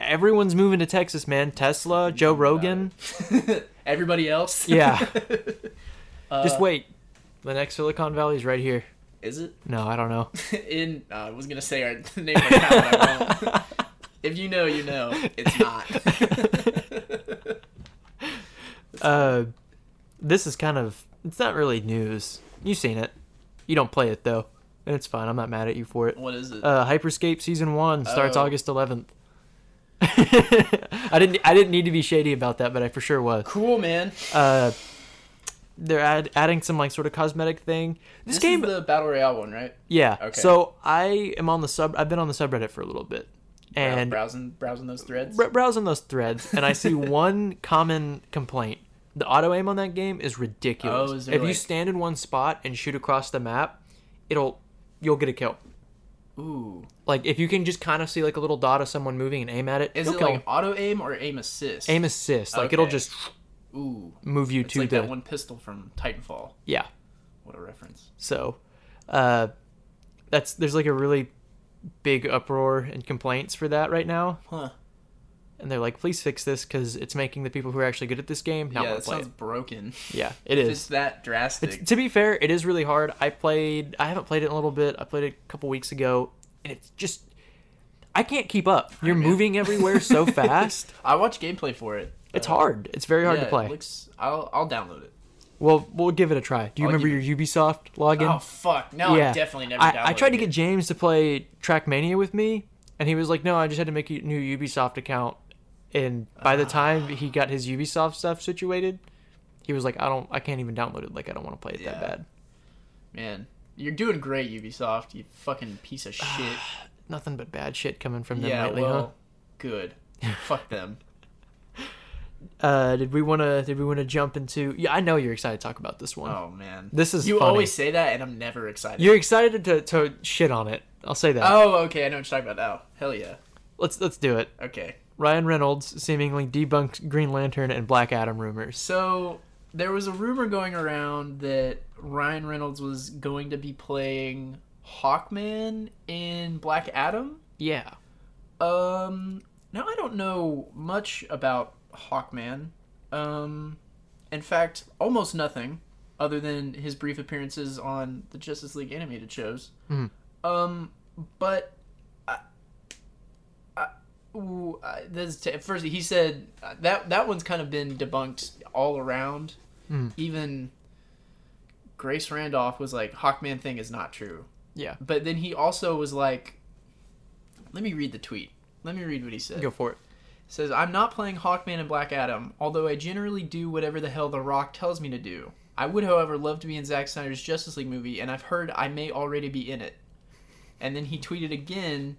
A: Everyone's moving to Texas, man. Tesla, Joe Rogan.
B: [laughs] Everybody else. [laughs]
A: Yeah.
B: Uh,
A: Just wait. The next Silicon Valley is right here.
B: Is it [laughs]
A: No, I don't know.
B: in? Uh, I was gonna say our [laughs] the name right now. But I
A: [laughs]
B: won't. if you know, you know. It's not. [laughs]
A: Uh, this is kind of. It's not really news. You've seen it. You don't play it, though. And it's fine. I'm not mad at you for it.
B: what is it?
A: Uh, Hyperscape Season 1 starts
B: Oh.
A: August 11th. [laughs] I didn't I didn't need to be shady about that, but I for sure was.
B: cool, man.
A: Uh, they're add, adding some like sort of cosmetic thing. This,
B: This
A: game
B: is the battle royale one, right?
A: Yeah.
B: Okay.
A: So I am on the sub. I've been on the subreddit for a little bit,
B: Brou-
A: and
B: browsing browsing those threads.
A: br- browsing those threads, and I
B: [laughs]
A: see one common complaint: the auto aim on that game is ridiculous.
B: Oh, is there
A: if you
B: like-
A: stand in one spot and shoot across the map, it'll you'll get a kill.
B: Ooh,
A: Like if you can just kind of see like a little dot of someone moving and aim at it,
B: is
A: you'll
B: it
A: kill
B: like
A: 'em.
B: auto aim or aim assist?
A: aim assist. Like it'll
B: Okay.
A: just
B: Ooh,
A: move you
B: it's
A: to
B: like
A: the
B: that one pistol from Titanfall.
A: yeah.
B: What a reference.
A: So, uh, that's there's like a really big uproar and complaints for that right now.
B: Huh.
A: and they're like, please fix this because it's making the people who are actually good at this game not
B: yeah,
A: want
B: that
A: to play
B: sounds broken.
A: it. Yeah, it
B: If it's
A: is.
B: that drastic.
A: To be fair, it is really hard. I played, I haven't played it in a little bit. I played it a couple weeks ago, and it's just, I can't keep up. You're
B: man.
A: moving everywhere [laughs]
B: [laughs]
A: so fast.
B: I watched gameplay for it.
A: It's
B: Uh,
A: hard. It's very hard
B: yeah,
A: to
B: it
A: play.
B: looks, I'll, I'll download it.
A: well, we'll give it a try. Do you
B: I'll
A: remember your Ubisoft login?
B: Oh, fuck. No,
A: yeah,
B: I definitely never downloaded
A: I, I tried to
B: it.
A: get James to play Trackmania with me, and he was like, "No, I just had to make a new Ubisoft account." And by
B: Ah.
A: the time he got his Ubisoft stuff situated, he was like, "I don't, I can't even download it. Like, I don't want to play it that
B: Yeah.
A: bad."
B: Man, you're doing great, Ubisoft. You fucking
A: [sighs]
B: piece of shit.
A: Nothing but bad shit coming from them
B: yeah,
A: lately,
B: well,
A: [laughs]
B: good. fuck them.
A: huh? Uh, did we want to? Did we want to jump into? Yeah, I know you're excited to talk about this one.
B: Oh, man.
A: This is
B: You
A: funny.
B: always say that, and I'm never excited.
A: You're excited to, to shit on it. I'll say that.
B: Oh, okay. I know what you're talking about now. Hell yeah.
A: let's let's do it.
B: Okay.
A: Ryan Reynolds seemingly debunks Green Lantern and Black Adam rumors.
B: So there was a rumor going around that Ryan Reynolds was going to be playing Hawkman in Black Adam.
A: Yeah.
B: Um, now I don't know much about Hawkman. Um, in fact, almost nothing, other than his brief appearances on the Justice League animated shows.
A: Mhm.
B: Um, but I, I, ooh, I, this t- at first he said uh, that that one's kind of been debunked all around.
A: Mhm.
B: Even Grace Randolph was like, "Hawkman thing is not true."
A: Yeah.
B: But then he also was like, let me read the tweet. Let me read what he said.
A: Go for it.
B: Says, I'm not playing Hawkman and Black Adam, although I generally do whatever the hell The Rock tells me to do. I would, however, love to be in Zack Snyder's Justice League movie, and I've heard I may already be in it. And then he tweeted again,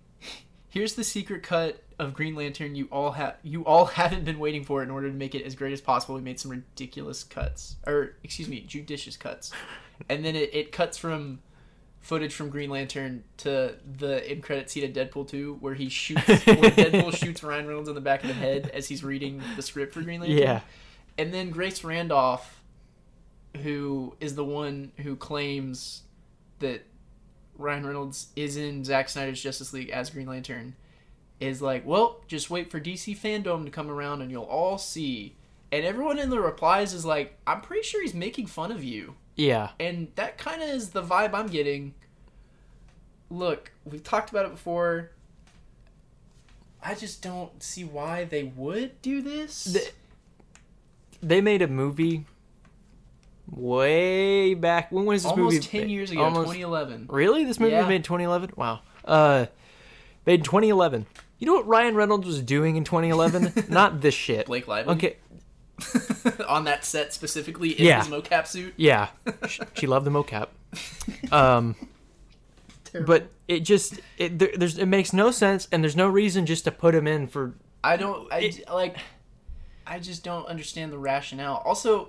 B: [laughs] Here's the secret cut of Green Lantern you all have you all [laughs] haven't been waiting for in order to make it as great as possible. We made some ridiculous cuts. Or excuse me, judicious cuts. [laughs] And then it, it cuts from footage from Green Lantern to the end credit scene of Deadpool 2 where he shoots where Deadpool shoots Ryan Reynolds in the back of the head as he's reading the script for Green Lantern.
A: Yeah.
B: And then Grace Randolph who is the one who claims that Ryan Reynolds is in Zack Snyder's Justice League as Green Lantern is like, "Well, just wait for DC fandom to come around and you'll all see." And everyone in the replies is like, "I'm pretty sure he's making fun of you."
A: Yeah.
B: and that kind of is the vibe I'm getting. Look, we've talked about it before. I just don't see why they would do this.
A: Th- They made a movie way back. When was this movie?
B: almost ten years ago,
A: Almost-
B: 2011.
A: Really? This movie
B: Yeah.
A: was made in 2011? Wow. Uh, made in 2011. You know what Ryan Reynolds was doing in
B: [laughs]
A: 2011? Not this shit.
B: Blake Lively
A: Okay.
B: [laughs] on that set specifically in
A: Yeah.
B: his mocap suit.
A: Yeah. She, she loved the mocap. Um, but it just it there, there's it makes no sense, and there's no reason just to put him in for.
B: I don't. I like. I just don't understand the rationale. Also,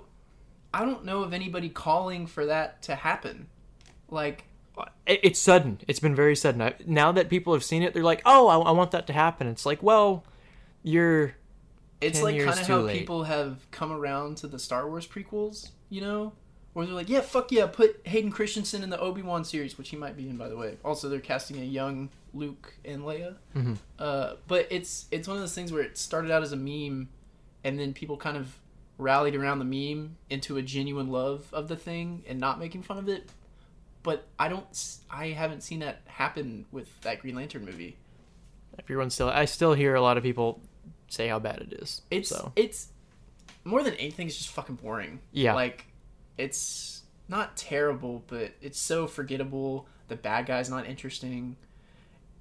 B: I don't know of anybody calling for that to happen. Like,
A: It, it's sudden. It's been very sudden. I, now that people have seen it, they're like, "Oh, I, I want that to happen." It's like, well, you're
B: It's
A: 10
B: like
A: years
B: kind of
A: too
B: how
A: late.
B: people have come around to the Star Wars prequels, you know, where they're like, "Yeah, fuck yeah, put Hayden Christensen in the Obi Wan series, which he might be in, by the way." Also, they're casting a young Luke and Leia.
A: Mm-hmm.
B: Uh, but it's it's one of those things where it started out as a meme, and then people kind of rallied around the meme into a genuine love of the thing and not making fun of it. But I don't, s- I haven't seen that happen with that Green Lantern movie.
A: everyone's still. I still hear a lot of people say how bad it is.
B: It's
A: so
B: it's more than anything. It's just fucking boring.
A: Yeah.
B: like it's not terrible, but it's so forgettable. The bad guy's not interesting.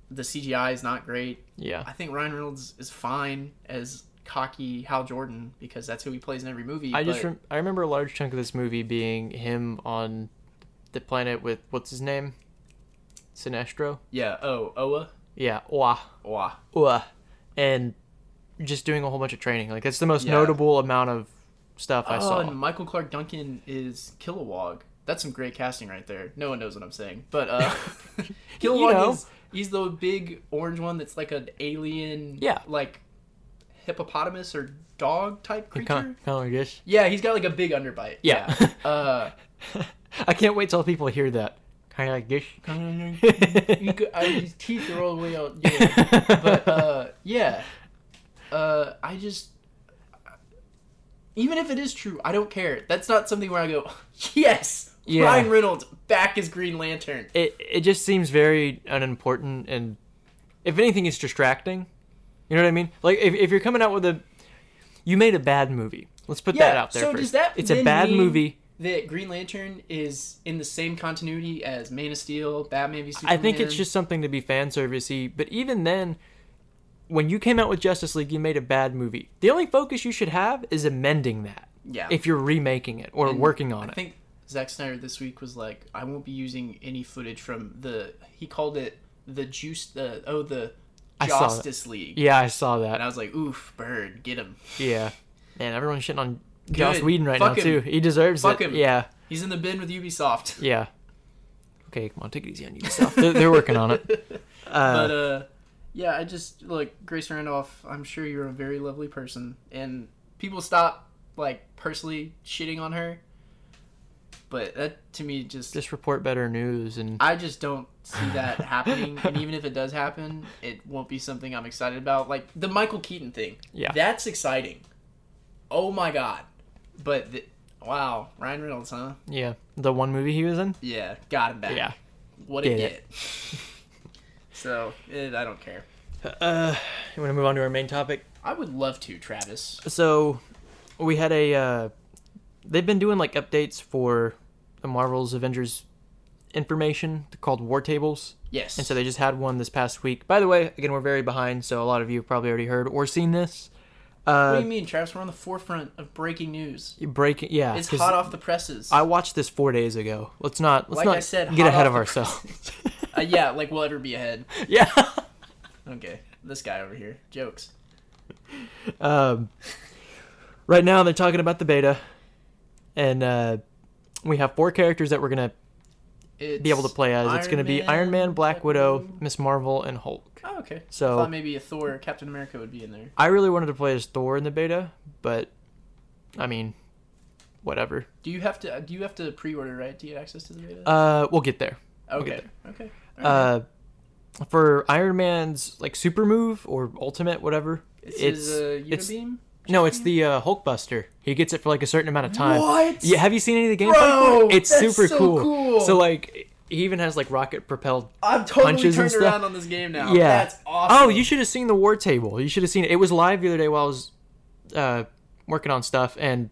B: The CGI is not great.
A: yeah,
B: I think Ryan Reynolds is fine as cocky Hal Jordan because that's who he plays in every movie.
A: I just
B: but
A: rem- I remember a large chunk of this movie being him on the planet with what's his name, Sinestro.
B: yeah. Oh, Oa.
A: Yeah, Wah
B: Oa.
A: Wah, and just doing a whole bunch of training. Like that's the most
B: Yeah.
A: notable amount of stuff I
B: oh,
A: saw.
B: and Michael Clark Duncan is Kilowog. That's some great casting right there. No one knows what I'm saying, but uh,
A: [laughs]
B: [laughs] Kilowog
A: know.
B: is he's the big orange one that's like an alien,
A: Yeah.
B: like hippopotamus or dog type creature.
A: Kind of like this.
B: Yeah, he's got like a big underbite.
A: Yeah. [laughs]
B: uh,
A: I can't wait till people hear that. Kind of like this.
B: [laughs] you could, I, his teeth are all the way out. Yeah. but uh, yeah, uh, I just even if it is true, I don't care. That's not something where I go, [laughs] yes,
A: Yeah.
B: Ryan Reynolds back as Green Lantern.
A: [laughs] it it just seems very unimportant and if anything it's distracting you know what i mean like if, if you're coming out with a you made a bad movie let's put that
B: Yeah,
A: out there
B: so
A: first.
B: does that
A: it's a
B: then
A: bad
B: mean-
A: movie
B: That Green Lantern is in the same continuity as Man of Steel, Batman v
A: i
B: Superman.
A: think it's just something to be fan servicey but even then when you came out with justice league you made a bad movie the only focus you should have is amending that
B: yeah.
A: if you're remaking it or working on
B: I
A: it
B: think Zack Snyder this week was like, I won't be using any footage from the. He called it the juice. The oh the
A: saw that.
B: Justice League.
A: yeah i saw
B: And I
A: that
B: was like, oof, bird, get him.
A: yeah man everyone's shitting on joss
B: Good.
A: whedon right
B: Fuck
A: now
B: him.
A: too he deserves
B: Fuck
A: it
B: him.
A: yeah
B: He's in the bin
A: [laughs]
B: with Ubisoft.
A: Yeah. Okay, come on, take it easy on yourself. they're, they're working on [laughs] it. Uh,
B: [laughs] But uh, yeah, I just like Grace Randolph. I'm sure you're a very lovely person, and people stop like personally shitting on her. But that to me just
A: Just report better news and
B: I just don't see that happening. And even if it does happen, it won't be something I'm excited about. Like the Michael Keaton thing.
A: Yeah.
B: That's exciting. Oh my god. But the, wow, Ryan Reynolds, huh?
A: yeah, the one movie he was in.
B: Yeah, got him back.
A: Yeah.
B: What a
A: Did
B: get.
A: it.
B: [laughs] so it, I don't care.
A: Uh, you want to move on to our main topic?
B: I would love to, Travis.
A: So, we had a. Uh, they've been doing like updates for the Marvel's Avengers information called War Tables.
B: Yes.
A: And so they just had one this past week. By the way, again, we're very behind, so a lot of you have probably already heard or seen this.
B: what
A: Uh,
B: do you mean, Travis? We're on the forefront of breaking news.
A: breaking, yeah.
B: It's
A: 'cause
B: hot off the presses.
A: I watched this four days ago. Let's not let's
B: Like
A: not
B: I said,
A: get
B: hot
A: ahead
B: off
A: of
B: the [laughs]
A: ourselves. [laughs]
B: Uh, yeah, like we'll ever be ahead.
A: yeah.
B: Okay, this guy over here jokes.
A: Um, right now they're talking about the beta, and uh, we have four characters that we're gonna
B: It's
A: be able to play as. it's gonna be Iron Man, Black Widow, Miss Marvel, and Hulk.
B: Oh, okay.
A: So-
B: I thought maybe a Thor or Captain America would be in there.
A: I really wanted to play as Thor in the beta, but I mean, whatever.
B: Do you have to? uh, Do you have to pre-order right to get access to the beta?
A: Uh, we'll get there. we'll
B: okay.
A: get
B: okay. Alright.
A: Uh, for Iron Man's like super move or ultimate, whatever.
B: it's
A: it's
B: his, uh,
A: it's-
B: Unibeam?
A: no, it's the uh, Hulk Buster. He gets it for like a certain amount of time.
B: What?
A: Yeah, have you seen any of the gameplay?
B: Bro,
A: for it? it's
B: that's
A: super
B: so
A: cool.
B: cool.
A: So like, he even has like rocket propelled.
B: I've totally
A: punches and
B: turned
A: stuff.
B: around on this game now.
A: Yeah.
B: That's awesome.
A: Oh, you should have seen the war table. You should have seen it. It was live the other day while I was uh, working on stuff, and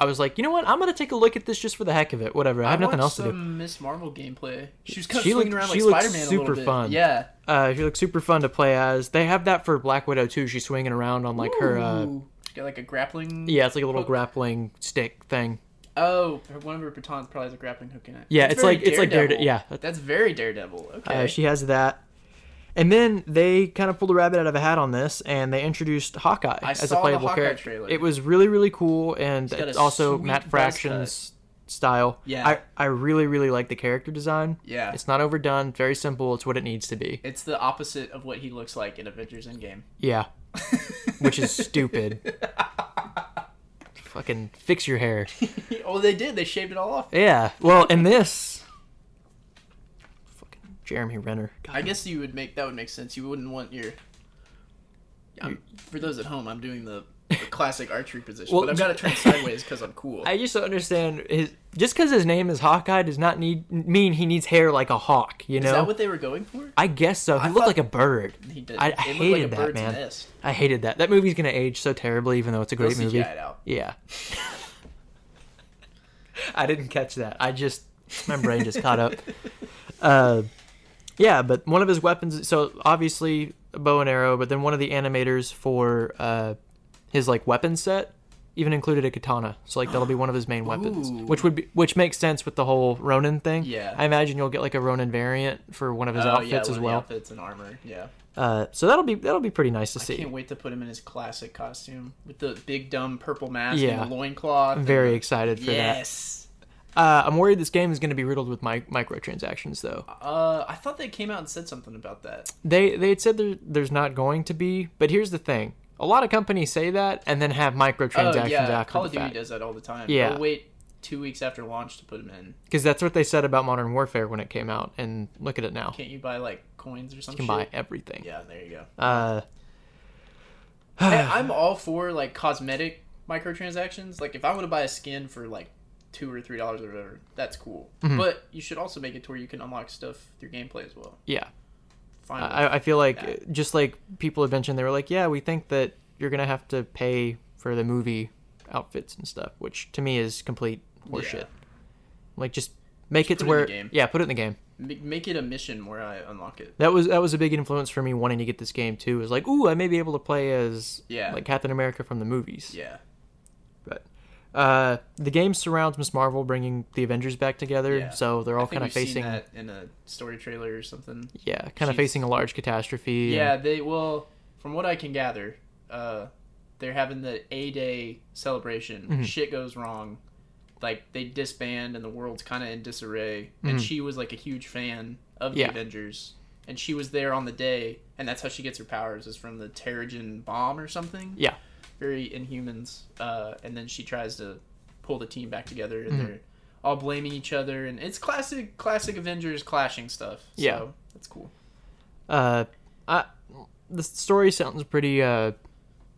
A: I was like, you know what? I'm gonna take a look at this just for the heck of it. Whatever. I have nothing
B: watched
A: else to do.
B: some Miss Marvel gameplay. She was kind of
A: She
B: swinging
A: looked-
B: around
A: she
B: like
A: looked
B: Spider-Man a little
A: super
B: bit.
A: fun.
B: Yeah.
A: Uh, she looks super fun to play as. They have that for Black Widow too. She's swinging around on like her. Uh,
B: Ooh. She got like a grappling.
A: yeah, it's like a little
B: Hook.
A: grappling stick thing.
B: Oh, her- one of her batons probably has a grappling hook in it.
A: Yeah,
B: That's
A: it's
B: very
A: like- it's like Darede- yeah.
B: That's very Daredevil. Okay.
A: Uh, she has that. And then they kind of pulled a rabbit out of a hat on this, and they introduced Hawkeye
B: I
A: as
B: saw
A: a
B: the
A: playable
B: Hawkeye
A: character.
B: trailer.
A: It was really, really cool, and
B: got a
A: it's also
B: sweet
A: Matt
B: buzz
A: Fraction's style.
B: Yeah.
A: I, I really, really like the character design.
B: yeah.
A: It's not overdone, very simple, it's what it needs to be.
B: It's the opposite of what he looks like in Avengers Endgame. [laughs]
A: Yeah. Which is stupid. Fucking fix your
B: [laughs]
A: hair.
B: oh, they did. They shaved it all off.
A: Yeah. Well, and this. Fucking Jeremy Renner. God,
B: I guess you would make that would make sense. You wouldn't want your. I'm, for those at home, I'm doing the, the classic archery position,
A: Well,
B: but I've got to
A: [laughs]
B: turn sideways because I'm cool.
A: I just don't understand his just because his name is Hawkeye does not need mean he needs hair like a hawk. You know,
B: Is that what they were going for?
A: I guess so. He
B: I
A: looked
B: thought-
A: like a bird.
B: He did.
A: I- I
B: it looked like a
A: hated that,
B: bird's
A: man.
B: Nest.
A: I hated that. That movie's gonna age so terribly, even though it's a
B: They'll
A: great movie.
B: CGI it out.
A: Yeah. [laughs] I didn't catch that. I just my brain just caught up. Uh, yeah, but one of his weapons. So obviously a bow and arrow, but then one of the animators for uh, his like weapon set even included a katana. So like that'll be one of his main weapons,
B: Ooh.
A: which would be which makes sense with the whole Ronin thing.
B: Yeah.
A: I imagine you'll get like a Ronin variant for one of his
B: Oh, yeah,
A: outfits
B: one
A: as
B: of the
A: well.
B: Outfits and armor. Yeah.
A: Uh, so that'll be that'll be pretty nice to see.
B: Can't wait to put him in his classic costume with the big dumb purple mask
A: Yeah.
B: and the loincloth.
A: I'm
B: and
A: very
B: the-
A: excited for that.
B: Yes.
A: Uh, I'm worried this game is going to be riddled with mi- microtransactions, though.
B: Uh, I thought they came out and said something about that.
A: They they had said there, there's not going to be, but here's the thing: a lot of companies say that and then have microtransactions
B: oh yeah,
A: after
B: Call of
A: the
B: Duty
A: fact,
B: does that all the time.
A: Yeah.
B: They'll wait two weeks after launch to put them in.
A: because that's what they said about Modern Warfare when it came out, and look at it now.
B: Can't you buy like coins or something?
A: You can buy everything.
B: Yeah,
A: [sighs]
B: there you go.
A: Uh,
B: Hey, I'm all for like cosmetic microtransactions. Like if I want to buy a skin for like two or three dollars or whatever, that's cool.
A: Mm-hmm.
B: But you should also make it to where you can unlock stuff through gameplay as well.
A: yeah,
B: Finally.
A: I, I feel like
B: Yeah.
A: just like people had mentioned, they were like, yeah, we think that you're gonna have to pay for the movie outfits and stuff, which to me is complete horseshit.
B: Yeah.
A: Like just make it to
B: put it in
A: where
B: the game.
A: yeah, put it in the game.
B: Make, make it a mission where I unlock it.
A: That was that was a big influence for me wanting to get this game too. Is like, ooh, I may be able to play as
B: Yeah.
A: like Captain America from the movies.
B: Yeah.
A: But uh, the game surrounds Miss Marvel bringing the Avengers back together,
B: Yeah.
A: so they're all
B: I think
A: kind of
B: we've
A: facing
B: seen that in a story trailer or something.
A: yeah, kind of
B: She's-
A: facing a large catastrophe.
B: Yeah,
A: and-
B: they well, from what I can gather, uh, they're having the A Day celebration.
A: Mm-hmm.
B: Shit goes wrong, like they disband and the world's kind of in disarray. And she was like a huge fan of
A: Mm-hmm.
B: the
A: Yeah.
B: Avengers, and she was there on the day, and that's how she gets her powers is from the Terrigen bomb or something.
A: yeah,
B: very Inhumans, uh, and then she tries to pull the team back together,
A: Mm-hmm.
B: and they're all blaming each other, and it's classic classic Avengers clashing stuff. So
A: Yeah.
B: that's cool.
A: Uh, I, the story sounds pretty. Uh,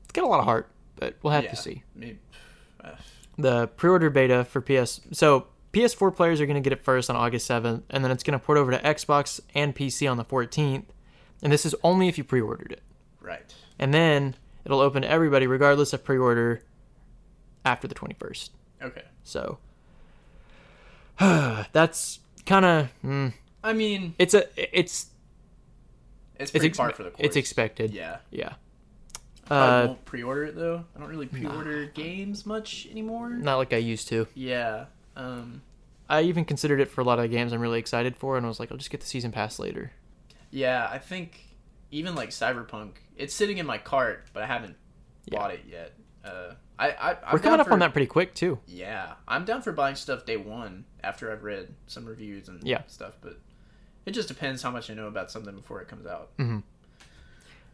A: it's got a lot of heart, but we'll have
B: yeah.
A: to see.
B: Maybe, uh,
A: The pre-order beta for PS. So PS4 players are going to get it first on August 7th, and then it's going to port over to Xbox and PC on the 14th. And this is only if you pre-ordered it.
B: right.
A: And then it'll open to everybody, regardless of pre-order, after the 21st.
B: Okay.
A: So [sighs] that's kind of mm,
B: I mean,
A: it's a it's it's
B: it's pretty
A: ex-
B: far for the course.
A: it's expected.
B: yeah.
A: Yeah.
B: I
A: Uh,
B: won't pre-order it though. I don't really pre-order games much anymore.
A: not like I used to.
B: Yeah. Um.
A: I even considered it for a lot of the games I'm really excited for, and was like, I'll just get the season pass later.
B: Yeah. I think even like Cyberpunk, it's sitting in my cart, but I haven't
A: Yeah.
B: bought it yet. Uh. I. I I'm
A: We're coming
B: down
A: up on
B: for-
A: that pretty quick too.
B: Yeah, I'm down for buying stuff day one after I've read some reviews and
A: Yeah.
B: stuff, but it just depends how much I know about something before it comes out.
A: Mm.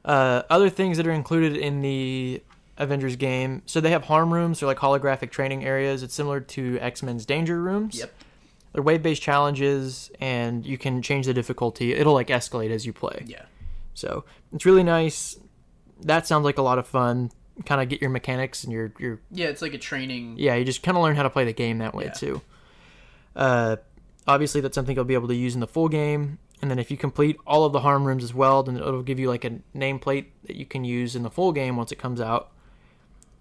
A: Uh, other things that are included in the Avengers game, so they have harm rooms, or like holographic training areas. It's similar to X Men's danger rooms.
B: Yep.
A: They're wave-based challenges, and you can change the difficulty. It'll like escalate as you play.
B: Yeah.
A: So it's really nice. That sounds like a lot of fun. Kind of get your mechanics and your your
B: Yeah, it's like a training.
A: yeah. You just kind of learn how to play the game that way
B: Yeah.
A: too. Uh, obviously that's something you'll be able to use in the full game. And then if you complete all of the harm rooms as well, then it'll give you like a nameplate that you can use in the full game once it comes out.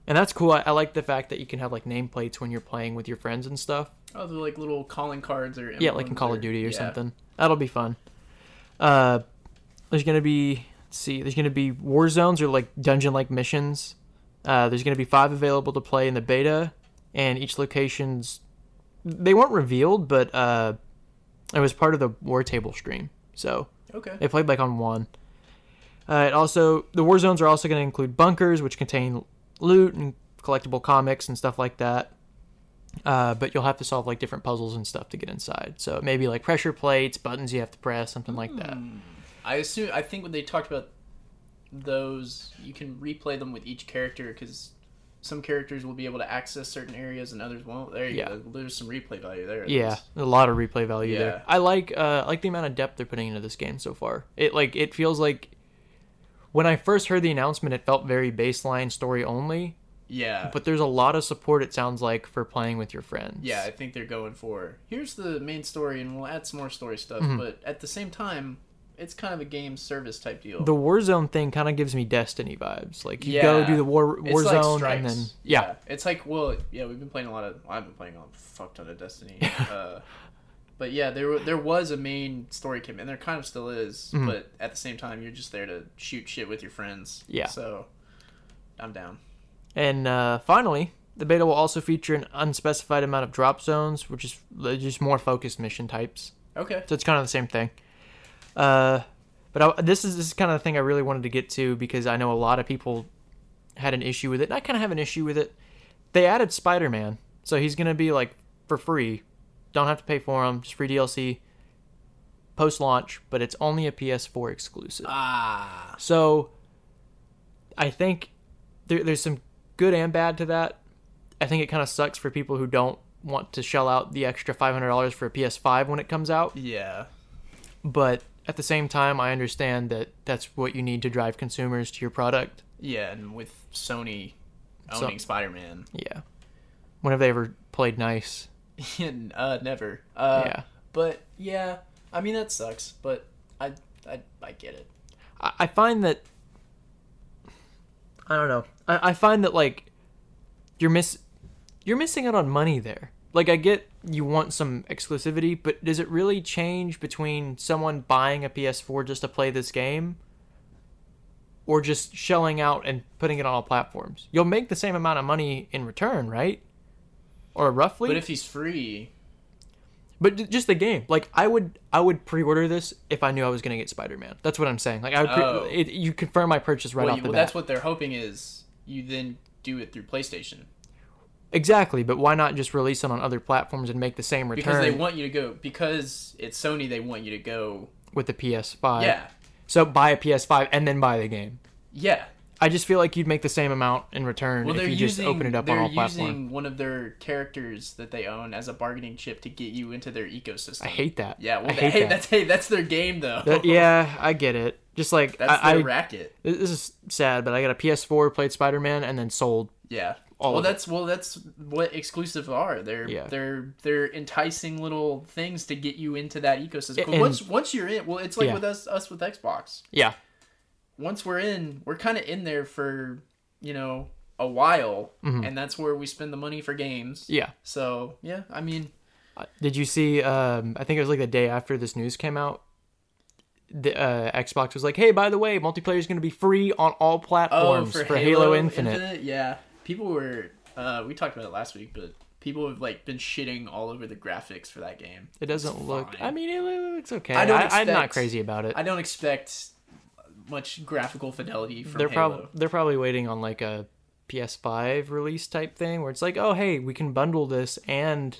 A: And that's cool. I, I like the fact that you can have like nameplates when you're playing with your friends and stuff.
B: Oh, they're like little calling cards or
A: Yeah, like in
B: emblems
A: Call of Duty or
B: yeah.
A: something. That'll be fun. Uh, there's gonna be let's see, there's gonna be war zones or like dungeon like missions. Uh, there's gonna be five available to play in the beta, and each location's they weren't revealed, but uh, it was part of the war table stream. So
B: Okay.
A: they played like on one. Uh, it also the war zones are also going to include bunkers, which contain loot and collectible comics and stuff like that. Uh, but you'll have to solve like different puzzles and stuff to get inside. So maybe like pressure plates, buttons you have to press, something like that.
B: Hmm. I assume I think when they talked about those, you can replay them with each character because some characters will be able to access certain areas and others won't. There you
A: Yeah.
B: go. There's some replay value there. at
A: Yeah,
B: least.
A: a lot of replay value
B: Yeah.
A: there. I like uh, I like the amount of depth they're putting into this game so far. It like it feels like when I first heard the announcement, it felt very baseline story only.
B: Yeah.
A: But there's a lot of support. It sounds like for playing with your friends.
B: Yeah, I think they're going for here's the main story, and we'll add some more story stuff.
A: Mm-hmm.
B: But at the same time, it's kind of a game service type deal.
A: the Warzone thing kind of gives me Destiny vibes. Like you go
B: Yeah.
A: do the war
B: It's
A: Warzone
B: stripes.
A: and then yeah.
B: it's like well, yeah, we've been playing a lot of. I've been playing a fuck ton
A: [laughs]
B: of Destiny. uh, but yeah, there wa- there was a main story campaign, and there kind of still is.
A: Mm-hmm.
B: But at the same time, you're just there to shoot shit with your friends.
A: Yeah.
B: So I'm down.
A: And uh, finally, the beta will also feature an unspecified amount of drop zones, which is they're just more focused mission types.
B: Okay.
A: So it's kind of the same thing. Uh, but I, this is this is kind of the thing I really wanted to get to because I know a lot of people had an issue with it. And I kind of have an issue with it. They added Spider Man, so he's gonna be like for free. Don't have to pay for him. Just free DLC. Post launch, but it's only a PS4 exclusive.
B: Ah.
A: So I think there, there's some good and bad to that. I think it kind of sucks for people who don't want to shell out the extra $500 for a PS5 when it comes out.
B: Yeah.
A: But at the same time, I understand that that's what you need to drive consumers to your product.
B: Yeah, and with Sony
A: So-
B: owning Spider-Man, [laughs]
A: Yeah. When have they ever played nice?
B: uh, never. Uh,
A: yeah.
B: But yeah, I mean that sucks, but I I, I get it.
A: I, I find that. I don't know. I, I find that, like, you're miss you're missing out on money there. Like I get you want some exclusivity, but does it really change between someone buying a PS4 just to play this game or just shelling out and putting it on all platforms? You'll make the same amount of money in return, right? Or roughly?
B: But if he's free,
A: But ju- just the game. Like I would I would pre-order this if I knew I was going to get Spider-Man. That's what I'm saying. Like I would pre-
B: Oh.
A: it, you confirm my purchase right
B: well,
A: off
B: you-
A: the
B: well,
A: bat.
B: that's what they're hoping is you then do it through PlayStation
A: Exactly, but why not just release it on other platforms and make the same
B: because
A: return
B: they want you to go because it's Sony. They want you to go.
A: with the PS5?
B: yeah,
A: So buy a PS5 and then buy the game.
B: yeah.
A: I just feel like you'd make the same amount in return
B: Well,
A: if
B: they're
A: you just
B: using
A: open it up
B: they're
A: on all
B: using
A: platforms.
B: one of their characters that they own as a bargaining chip to get you into their ecosystem.
A: I hate that.
B: yeah, well,
A: I
B: they-
A: hate
B: hey,
A: that.
B: that's hey, that's their game though. [laughs]
A: That- yeah, I get it. Just like
B: that's
A: I,
B: their
A: I-
B: racket.
A: this is sad, but I got a PS4, played Spider Man, and then sold.
B: Yeah.
A: All
B: well,
A: of it.
B: that's well, that's what exclusives are. They're
A: Yeah.
B: they're they're enticing little things to get you into that ecosystem. 'Cause
A: And-
B: once once you're in, well, it's like
A: Yeah.
B: with us us with Xbox.
A: Yeah,
B: Once we're in, we're kind of in there for you know a while, and that's where we spend the money for games.
A: Mm-hmm. yeah.
B: So yeah, I mean,
A: Uh, Did you see? Um, I think it was like the day after this news came out. The uh, Xbox was like, "Hey, by the way, multiplayer is going to be free on all
B: oh,
A: platforms
B: for,
A: Halo, Infinite."
B: yeah, people were. Uh, we talked about it last week, but people have like been shitting all over the graphics for that game.
A: It doesn't look.
B: fine.
A: I mean, it looks okay.
B: I
A: I
B: don't
A: I, am not
B: expect-
A: crazy about it.
B: I don't expect much graphical fidelity from
A: they're
B: Halo.
A: probably they're probably waiting on like a PS5 release type thing where it's like, oh hey, we can bundle this and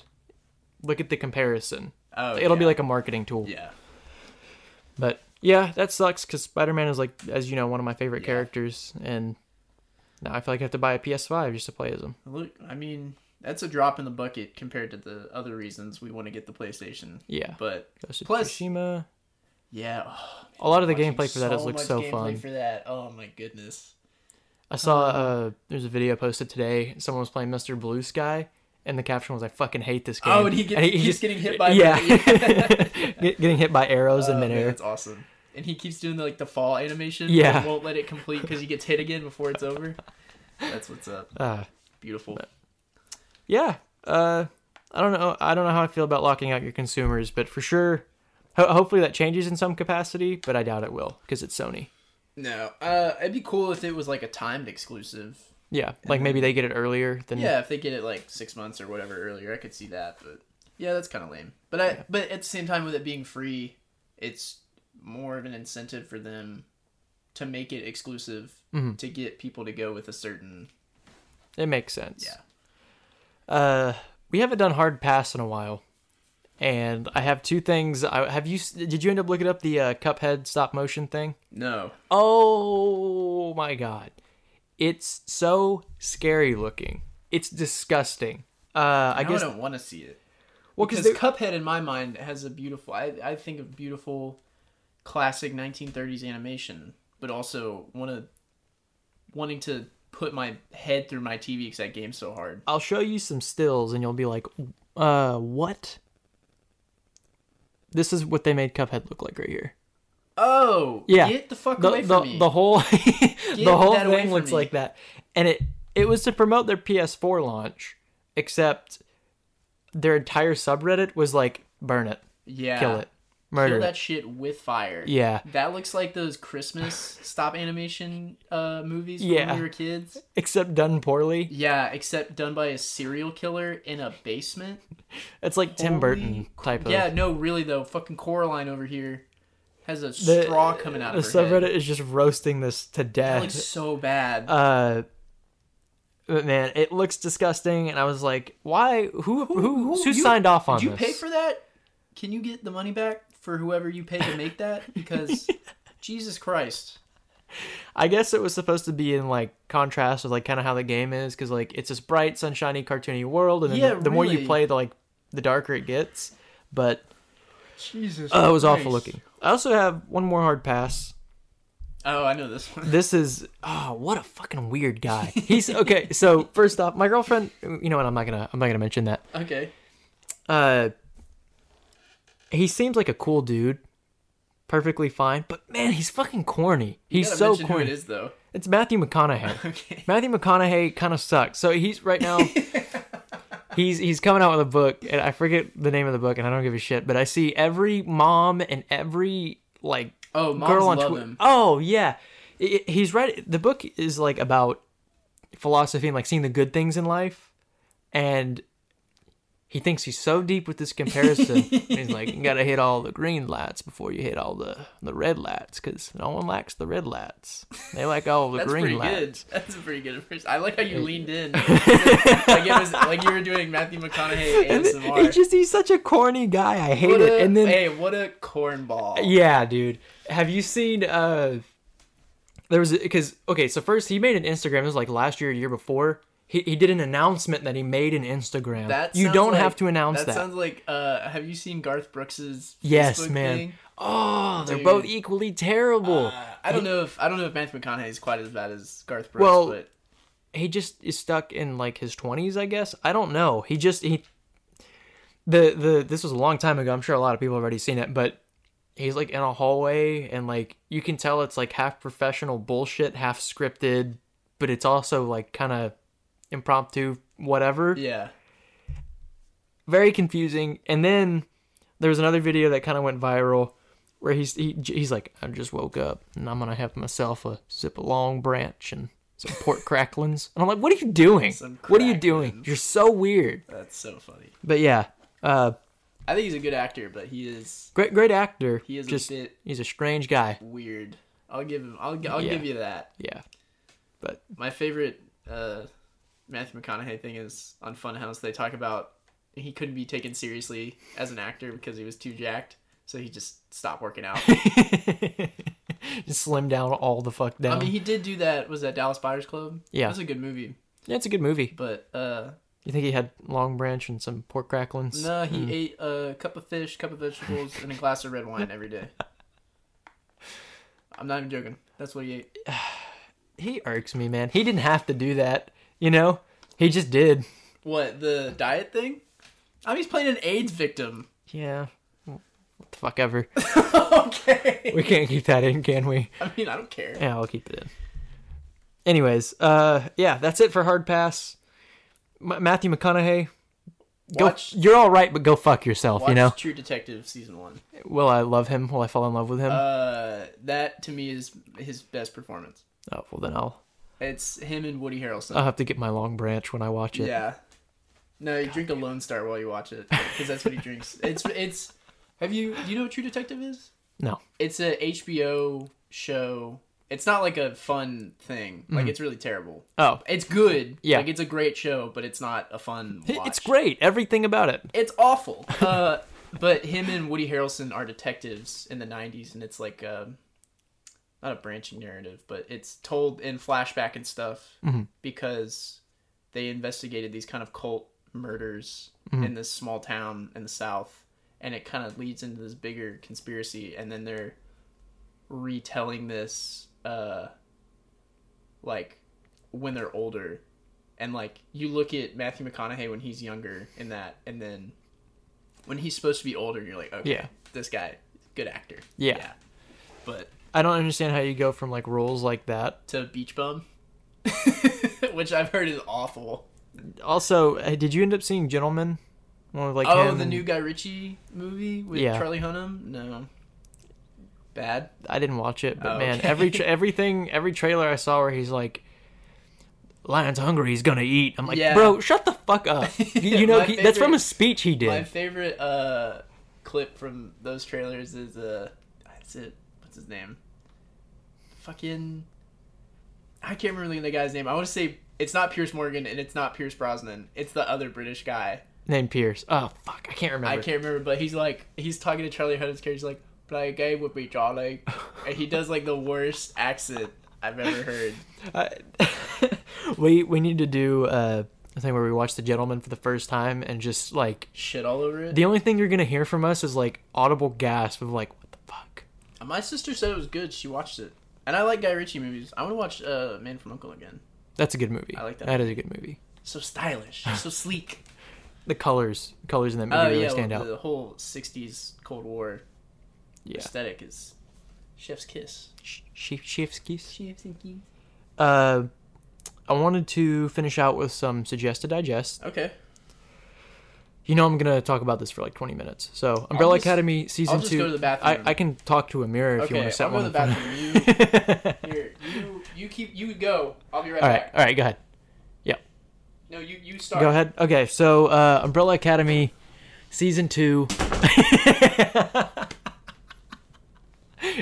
A: look at the comparison.
B: Oh,
A: It'll be
B: yeah.
A: like a marketing tool.
B: yeah,
A: But yeah, that sucks because Spider Man is like, as you know, one of my favorite
B: Yeah.
A: characters, and now I feel like I have to buy a PS5 just to play as him.
B: look, I mean, that's a drop in the bucket compared to the other reasons we want to get the PlayStation.
A: Yeah.
B: But
A: Ghost of
B: Plus-
A: Tsushima.
B: yeah, oh, man,
A: A lot of the
B: watching
A: gameplay for that has looked
B: much
A: so
B: gameplay
A: fun.
B: For that, oh my goodness.
A: I saw uh, there's a video posted today. Someone was playing Mr. Blue Sky, and the caption was, "I fucking hate this game."
B: Oh, and he gets, he's, getting hit by
A: yeah,
B: the,
A: [laughs] Get- getting hit by arrows
B: Oh,
A: in
B: man,
A: midair.
B: That's awesome. And he keeps doing the, like the fall animation.
A: Yeah.
B: and won't let it complete because he gets hit again before it's over. That's what's up.
A: Uh,
B: Beautiful.
A: yeah. Uh, I don't know. I don't know how I feel about locking out your consumers, but for sure, ho- hopefully that changes in some capacity. But I doubt it will because it's Sony.
B: No, uh, it'd be cool if it was like a timed exclusive.
A: Yeah, like maybe they get it earlier than
B: Yeah, if they get it like six months or whatever earlier, I could see that. But yeah, that's kind of lame. But I, but at the same time, with it being free, it's more of an incentive for them to make it exclusive
A: Mm-hmm.
B: to get people to go with a certain.
A: it makes sense.
B: Yeah.
A: Uh, we haven't done hard pass in a while, and I have two things. I have you. s- Did you end up looking up the uh, Cuphead stop motion thing?
B: No.
A: Oh my god. It's so scary looking. It's disgusting. Uh I
B: I,
A: guess
B: I don't want to see it.
A: well
B: Because
A: cuz they
B: Cuphead, in my mind, has a beautiful. I, I think of beautiful, classic 1930s animation, but also want to wanting to put my head through my TV because that game's so hard.
A: I'll show you some stills and you'll be like uh what? This is what they made Cuphead look like right here.
B: Oh,
A: Yeah.
B: Get the fuck
A: The
B: away
A: the,
B: from me.
A: the whole [laughs] the whole
B: that away
A: thing
B: from
A: looks
B: me.
A: like that. And it it was to promote their PS4 launch except their entire subreddit was like burn it,
B: yeah.
A: kill it,
B: Kill
A: murder it.
B: that shit with fire.
A: Yeah.
B: That looks like
A: [sighs]
B: those Christmas stop animation uh, movies
A: Yeah.
B: when we were kids.
A: Except done poorly.
B: Yeah, except done by a serial killer in a basement.
A: It's like Tim
B: Holy
A: Burton type of
B: Yeah, no, really though. Fucking Coraline over here has a
A: The-
B: straw coming out
A: The
B: of her head.
A: subreddit is just roasting this to [laughs]
B: That
A: death.
B: looks so bad.
A: uh, but man, it looks disgusting, and I was like, why? Who who who,
B: who-
A: who
B: you-
A: signed off on
B: Did you
A: this?
B: pay for that? Can you get the money back for whoever you paid to
A: [laughs]
B: make that? Because Jesus Christ.
A: I guess it was supposed to be in like contrast with like kind of how the game is, because like it's this bright, sunshiny, cartoony world, and then
B: Yeah,
A: the, the more you
B: really.
A: play, the like the darker it gets. But
B: Jesus.
A: uh, it was awful
B: Christ.
A: looking. I also have one more hard pass.
B: Oh, I know this one. [laughs]
A: this is oh what a fucking weird guy he's okay so first off my girlfriend you know what i'm not gonna i'm not gonna mention that
B: Okay.
A: uh he seems like a cool dude perfectly fine but man he's fucking corny he's
B: Gotta
A: so
B: mention who it
A: corny
B: is though. [laughs]
A: it's matthew mcconaughey
B: Okay.
A: matthew mcconaughey kind of sucks so he's right
B: [laughs]
A: now he's he's coming out with a book and i forget the name of the book and i don't give a shit but i see every mom and every like
B: Oh, moms
A: girl on
B: love
A: Twitter.
B: him.
A: Oh yeah, I- I- he's right. The book is like about philosophy and like seeing the good things in life, and he thinks he's so deep with this comparison. And he's like, you gotta hit all the green lights before you hit all the the red lights, because no one likes the red lights. They like all the
B: That's
A: green
B: pretty
A: lights.
B: good. [laughs] That's a pretty good impression. I like how you
A: [laughs]
B: leaned in. like it was like you were doing Matthew McConaughey
A: And
B: ASMR.
A: He's just he's such a corny guy. I hate
B: what
A: it.
B: a,
A: and then
B: hey, what a cornball.
A: yeah, dude, have you seen uh? there was because okay, so first he made an Instagram. It was like last year, year before. He, he did an announcement that he made an Instagram.
B: That
A: you
B: sounds
A: don't
B: like-
A: have to announce that.
B: sounds like. Uh, have you seen Garth Brooks's?
A: yes,
B: Facebook
A: man.
B: Thing?
A: Oh, they're
B: Dude.
A: both equally terrible.
B: Uh, I don't know if I don't know if Matthew McConaughey is quite as bad as Garth Brooks,
A: Well,
B: but
A: he just is stuck in like his 20s i guess i don't know he just he the the this was a long time ago i'm sure a lot of people have already seen it but he's like in a hallway and like you can tell it's like half professional bullshit half scripted but it's also like kind of impromptu whatever
B: yeah,
A: very confusing and then there was another video that kind of went viral where he's he, he's like i just woke up and i'm gonna have myself a sip of long branch and some pork [laughs] cracklings and i'm like what are you doing
B: Some
A: what are you doing
B: cracklins.
A: you're so weird
B: that's so funny.
A: but yeah uh
B: I think he's a good actor, but he is
A: great great actor
B: he is
A: just
B: a bit
A: he's a strange guy
B: weird. I'll give him. I'll I'll
A: Yeah.
B: give you that.
A: yeah but [laughs]
B: My favorite uh, Matthew McConaughey thing is on Funhouse. They talk about he couldn't be taken seriously as an actor because he was too jacked, so he just stopped
A: [laughs]
B: working out.
A: just slim down all the fuck down
B: I mean, he did do that. Was that Dallas Buyers Club?
A: Yeah.
B: that's a good movie.
A: yeah it's a good movie
B: But uh,
A: you think he had long branch and some pork cracklings
B: no, he ate a cup of fish, cup of vegetables, and a glass of red wine every day. I'm not even joking. That's what he ate.
A: he irks me man he didn't have to do that you know he just did
B: What the diet thing? I mean, he's playing an AIDS victim. [laughs]
A: Yeah. What the fuck ever.
B: okay.
A: We can't keep that in, can we?
B: I mean, I don't care.
A: Yeah, I'll keep it in. Anyways, uh, yeah, that's it for hard pass. M- Matthew McConaughey, go.
B: Watch-
A: You're all right, but go fuck yourself.
B: Watch
A: You know.
B: True Detective season one.
A: Will I love him? Will I fall in love with him?
B: Uh, that to me is his best performance.
A: oh well, then I'll
B: It's him and Woody Harrelson.
A: I'll have to get my long branch when I watch it.
B: yeah. No, you drink a Lone Star while you watch it because that's what he drinks. It's it's. Have you do you know what True Detective is?
A: No.
B: It's a HBO show. It's not like a fun thing. Like it's really terrible.
A: Oh,
B: It's good.
A: Mm-hmm. Yeah.
B: Like it's a great show, but it's not a fun.
A: it- [laughs]
B: Watch.
A: it's great. Everything about it.
B: It's
A: [laughs]
B: awful. Uh, but him and Woody Harrelson are detectives in the '90s, and it's like um not a branching narrative, but it's told in flashback and stuff
A: Mm-hmm.
B: because they investigated these kind of cult murders
A: Mm-hmm.
B: in this small town in the South, and it kind of leads into this bigger conspiracy, and then they're retelling this uh, like when they're older and like you look at Matthew McConaughey when he's younger in that, and then when he's supposed to be older, you're like, okay,
A: Yeah.
B: this guy, good actor.
A: Yeah.
B: But
A: I don't understand how you go from like roles like that.
B: to Beach Bum, which I've heard is awful.
A: Also, uh, did you end up seeing Gentlemen? One with like
B: Oh,
A: him
B: the
A: and-
B: new Guy Ritchie movie with
A: Yeah.
B: Charlie Hunnam? No. Bad.
A: I didn't watch it, but
B: Oh,
A: man,
B: okay. [laughs]
A: every tra- everything, every trailer I saw where he's like, "Lion's hungry, he's gonna eat." I'm like,
B: Yeah.
A: bro, shut the fuck
B: [laughs]
A: up. You know,
B: My
A: he, that's from
B: favorite-
A: a speech he did.
B: My favorite uh, clip from those trailers is uh, that's it. What's his name? Fucking, I can't remember the guy's name. I want to say it's not Pierce Morgan and it's not Pierce Brosnan. It's the other British guy.
A: Named Pierce. Oh fuck, I can't remember.
B: I can't remember, but he's like he's talking to Charlie Hunnam's character. He's like, "Play a game with me, Charlie," and he does like the worst accent I've ever heard.
A: I- Uh, [laughs] we we need to do uh, a thing where we watch The Gentleman for the first time and just like
B: Shit all over it.
A: the only thing you're gonna hear from us is like audible gasp of like, "What the fuck."
B: My sister said it was good. She watched it, and I like Guy Ritchie movies. I want to watch uh, Man from Uncle again.
A: That's a good movie.
B: I like that
A: That is a good movie.
B: So
A: [sighs]
B: stylish, so sleek.
A: The colors, colors in that movie
B: Oh
A: really
B: yeah,
A: stand
B: well,
A: out.
B: the whole '60s Cold War
A: Yeah.
B: aesthetic is Chef's Kiss.
A: Sh- Sh- Chef's kiss.
B: Chef's Kiss.
A: uh, I wanted to finish out with some suggest to digest.
B: Okay,
A: You know, I'm gonna talk about this for like 20 minutes. So, Umbrella
B: just-
A: Academy season
B: I'll just
A: two.
B: go to the bathroom.
A: I, I can talk to a mirror if you
B: okay.
A: want to set one.
B: I'll go to the
A: up.
B: bathroom. You,
A: [laughs]
B: here, you, you keep, you go. I'll be right
A: all right,
B: back.
A: all right, go ahead.
B: No, you, you start.
A: Go ahead. Okay, so uh, Umbrella Academy season two. [laughs]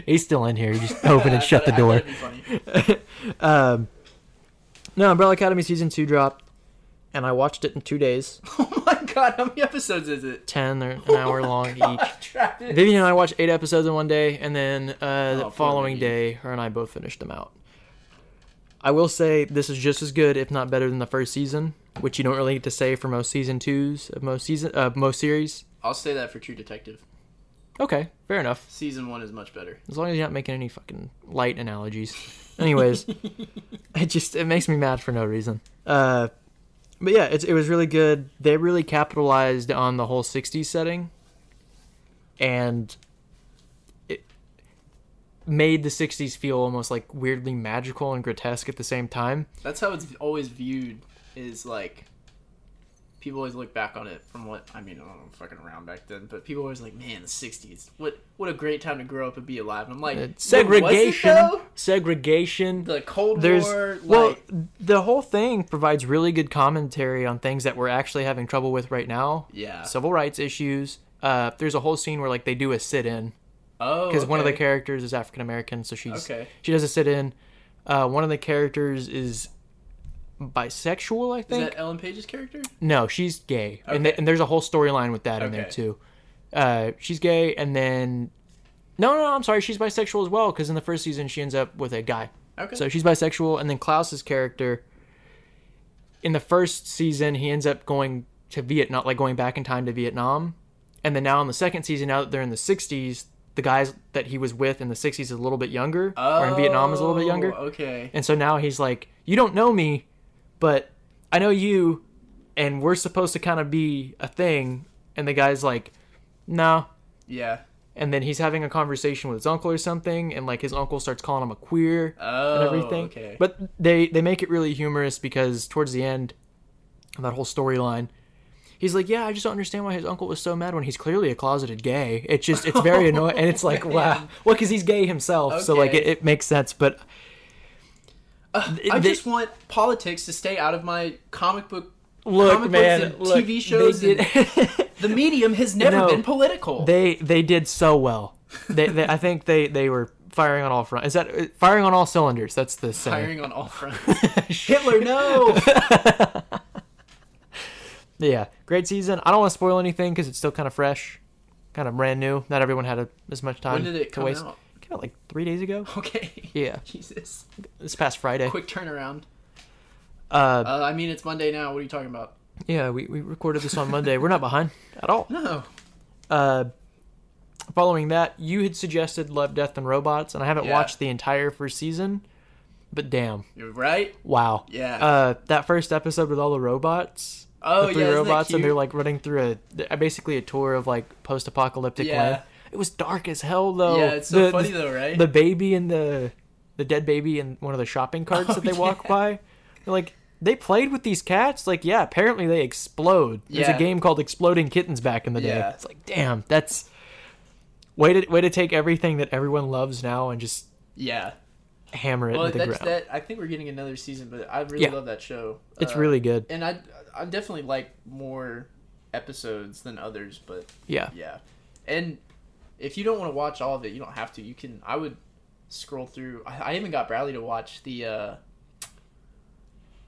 A: He's still in here. You just open
B: [laughs] I
A: and shut the
B: thought- I thought
A: door.
B: it'd be funny.
A: [laughs] Um, no, Umbrella Academy season two dropped, and I watched it in two days,
B: [laughs] Oh my god, how many episodes is it?
A: ten
B: [laughs]
A: or an
B: Oh
A: hour long each.
B: Travis.
A: Vivian and I watched eight episodes in one day, and then uh,
B: Oh,
A: the
B: poor
A: following
B: Vivian.
A: day, her and I both finished them out. I will say this is just as good, if not better, than the first season, which you don't really get to say for most season twos of most season uh, most series.
B: I'll say that for True Detective.
A: Okay, fair enough.
B: Season one is much better.
A: As long as you're not making any fucking light analogies. Anyways, it just it makes me mad for no reason. Uh, but yeah, it's, it was really good. They really capitalized on the whole '60s setting, and it made the '60s feel almost like weirdly magical and grotesque at the same time.
B: That's how it's always viewed. Is like people always look back on it from what I mean. I don't know, fucking around back then, but people always like, man, the '60s. What what a great time to grow up and be alive. And I'm like,
A: Uh,
B: "But was it,
A: segregation,
B: though?"
A: segregation.
B: the Cold
A: There's
B: War.
A: well,
B: like,
A: the whole thing provides really good commentary on things that we're actually having trouble with right now.
B: yeah.
A: Civil rights issues. Uh, there's a whole scene where like they do a sit-in
B: oh,
A: because one of the
B: okay.
A: characters is African American, so she's
B: Okay.
A: she does a sit-in. Uh, one of the characters is bisexual, I
B: is
A: think.
B: that Ellen Page's character?
A: No, she's gay, and
B: Okay.
A: th- and there's a whole storyline with that in there
B: Okay.
A: too. Uh, she's gay, and then no, no, I'm sorry, she's bisexual as well because in the first season she ends up with a guy.
B: Okay.
A: So she's bisexual, and then Klaus's character in the first season he ends up going to Vietnam, like going back in time to Vietnam, and then now in the second season, now that they're in the '60s, the guys that he was with in the '60s is a little bit younger, or in Vietnam is a little bit
B: Oh,
A: younger,
B: Okay.
A: and so now he's like, You don't know me, but I know you, and we're supposed to kind of be a thing. And the guy's like, No.
B: Yeah.
A: And then he's having a conversation with his uncle or something, and like his uncle starts calling him a queer
B: Oh.
A: and everything.
B: Okay.
A: But they they make it really humorous because towards the end of that whole storyline, he's like, "Yeah, I just don't understand why his uncle was so mad when he's clearly a closeted gay." It's just it's
B: [laughs]
A: very annoying, and it's like, wow, well, because he's gay himself, so like
B: Okay.
A: it, it makes sense. But it-
B: I
A: they-
B: just want politics to stay out of my comic book.
A: look,
B: comic
A: man,
B: books and
A: look,
B: TV shows.
A: They
B: and-
A: did,
B: the medium has never
A: No.
B: been
A: [laughs]
B: political.
A: they they did so well. They, they I think they they were firing on all fronts. Is that uh, firing on all cylinders? That's the saying.
B: Firing
A: [laughs]
B: on all fronts. [laughs] Hitler, no.
A: Yeah, great season. I don't want to spoil anything because it's still kind of fresh, kind of brand new. Not everyone had a, as much time.
B: when did it
A: to
B: come
A: waste.
B: out?
A: It came out like three days
B: [laughs]
A: ago.
B: Okay.
A: Yeah,
B: Jesus.
A: this past Friday.
B: Quick turnaround.
A: Uh,
B: Uh, I mean, it's Monday now. What are you talking about?
A: yeah, we, we recorded this on Monday. We're not behind at all.
B: No.
A: Uh, following that, you had suggested Love, Death, and Robots, and I haven't
B: Yeah.
A: watched the entire first season, but damn,
B: You're right.
A: wow.
B: Yeah.
A: Uh, that first episode with all the robots.
B: oh
A: the three
B: yeah. isn't that
A: robots and they're
B: cute?
A: like running through a basically a tour of like post-apocalyptic
B: Yeah.
A: land. It was dark as hell though.
B: yeah, it's so
A: Oh, The-
B: funny
A: the,
B: though, right?
A: the baby and the the dead baby and one of the shopping carts
B: [laughs] Oh,
A: that they walk
B: yeah.
A: by. They're like they played with these cats. Like yeah, apparently they explode. There's
B: Yeah.
A: a game called Exploding Kittens back in the day.
B: Yeah.
A: It's like damn, that's way to way to take everything that everyone loves now and just
B: yeah.
A: hammer it
B: Well,
A: into the
B: that's
A: ground.
B: that. I think we're getting another season, but I really
A: Yeah.
B: love that show.
A: It's
B: Uh,
A: really good.
B: And I, I definitely like more episodes than others, but
A: Yeah.
B: yeah. And if you don't want to watch all of it, you don't have to. You can. I would scroll through. I, I even got Bradley to watch the uh,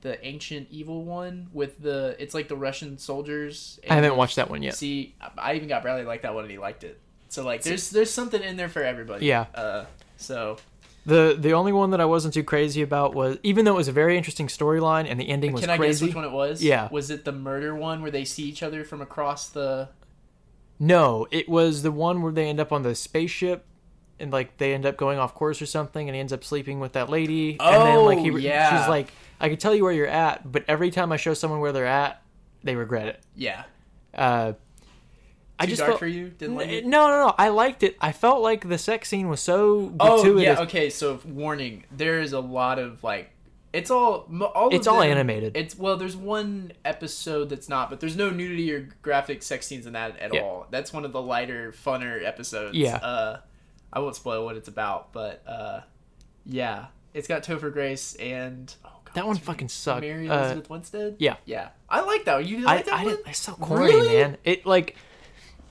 B: the ancient evil one with the. It's like the Russian soldiers.
A: I haven't
B: and-
A: watched that one yet.
B: See, I- I even got Bradley to like that one, and he liked it. So like, there's there's something in there for everybody.
A: Yeah.
B: Uh, so
A: The the only one that I wasn't too crazy about was even though it was a very interesting storyline and the ending was
B: Can I guess
A: crazy.
B: which one it was?
A: Yeah.
B: Was it the murder one where they see each other from across the?
A: No, it was the one where they end up on the spaceship and like they end up going off course or something and he ends up sleeping with that lady and then like he
B: Oh,
A: re-
B: yeah.
A: she's like I could tell you where you're at, but every time I show someone where they're at, they regret it.
B: Yeah.
A: Uh I
B: Too
A: just
B: dark
A: felt,
B: for you? Didn't like it?
A: N- No, no, no. I liked it. I felt like the sex scene was so
B: Oh
A: gratuitous.
B: yeah. Okay. So warning. There is a lot of like. It's all mo- all.
A: It's
B: of
A: all
B: them-
A: animated.
B: It's well. There's one episode that's not, but there's no nudity or graphic sex scenes in that at
A: Yeah.
B: all. That's one of the lighter, funner episodes.
A: Yeah.
B: Uh, I won't spoil what it's about, but uh, yeah, it's got Topher Grace and oh god,
A: that one
B: what's her
A: fucking
B: name?
A: sucked.
B: Mary
A: Uh,
B: Elizabeth Winstead.
A: yeah.
B: Yeah, I like that. one. You didn't
A: I,
B: like that
A: I
B: one?
A: didn't. It's so corny,
B: Really?
A: man. It like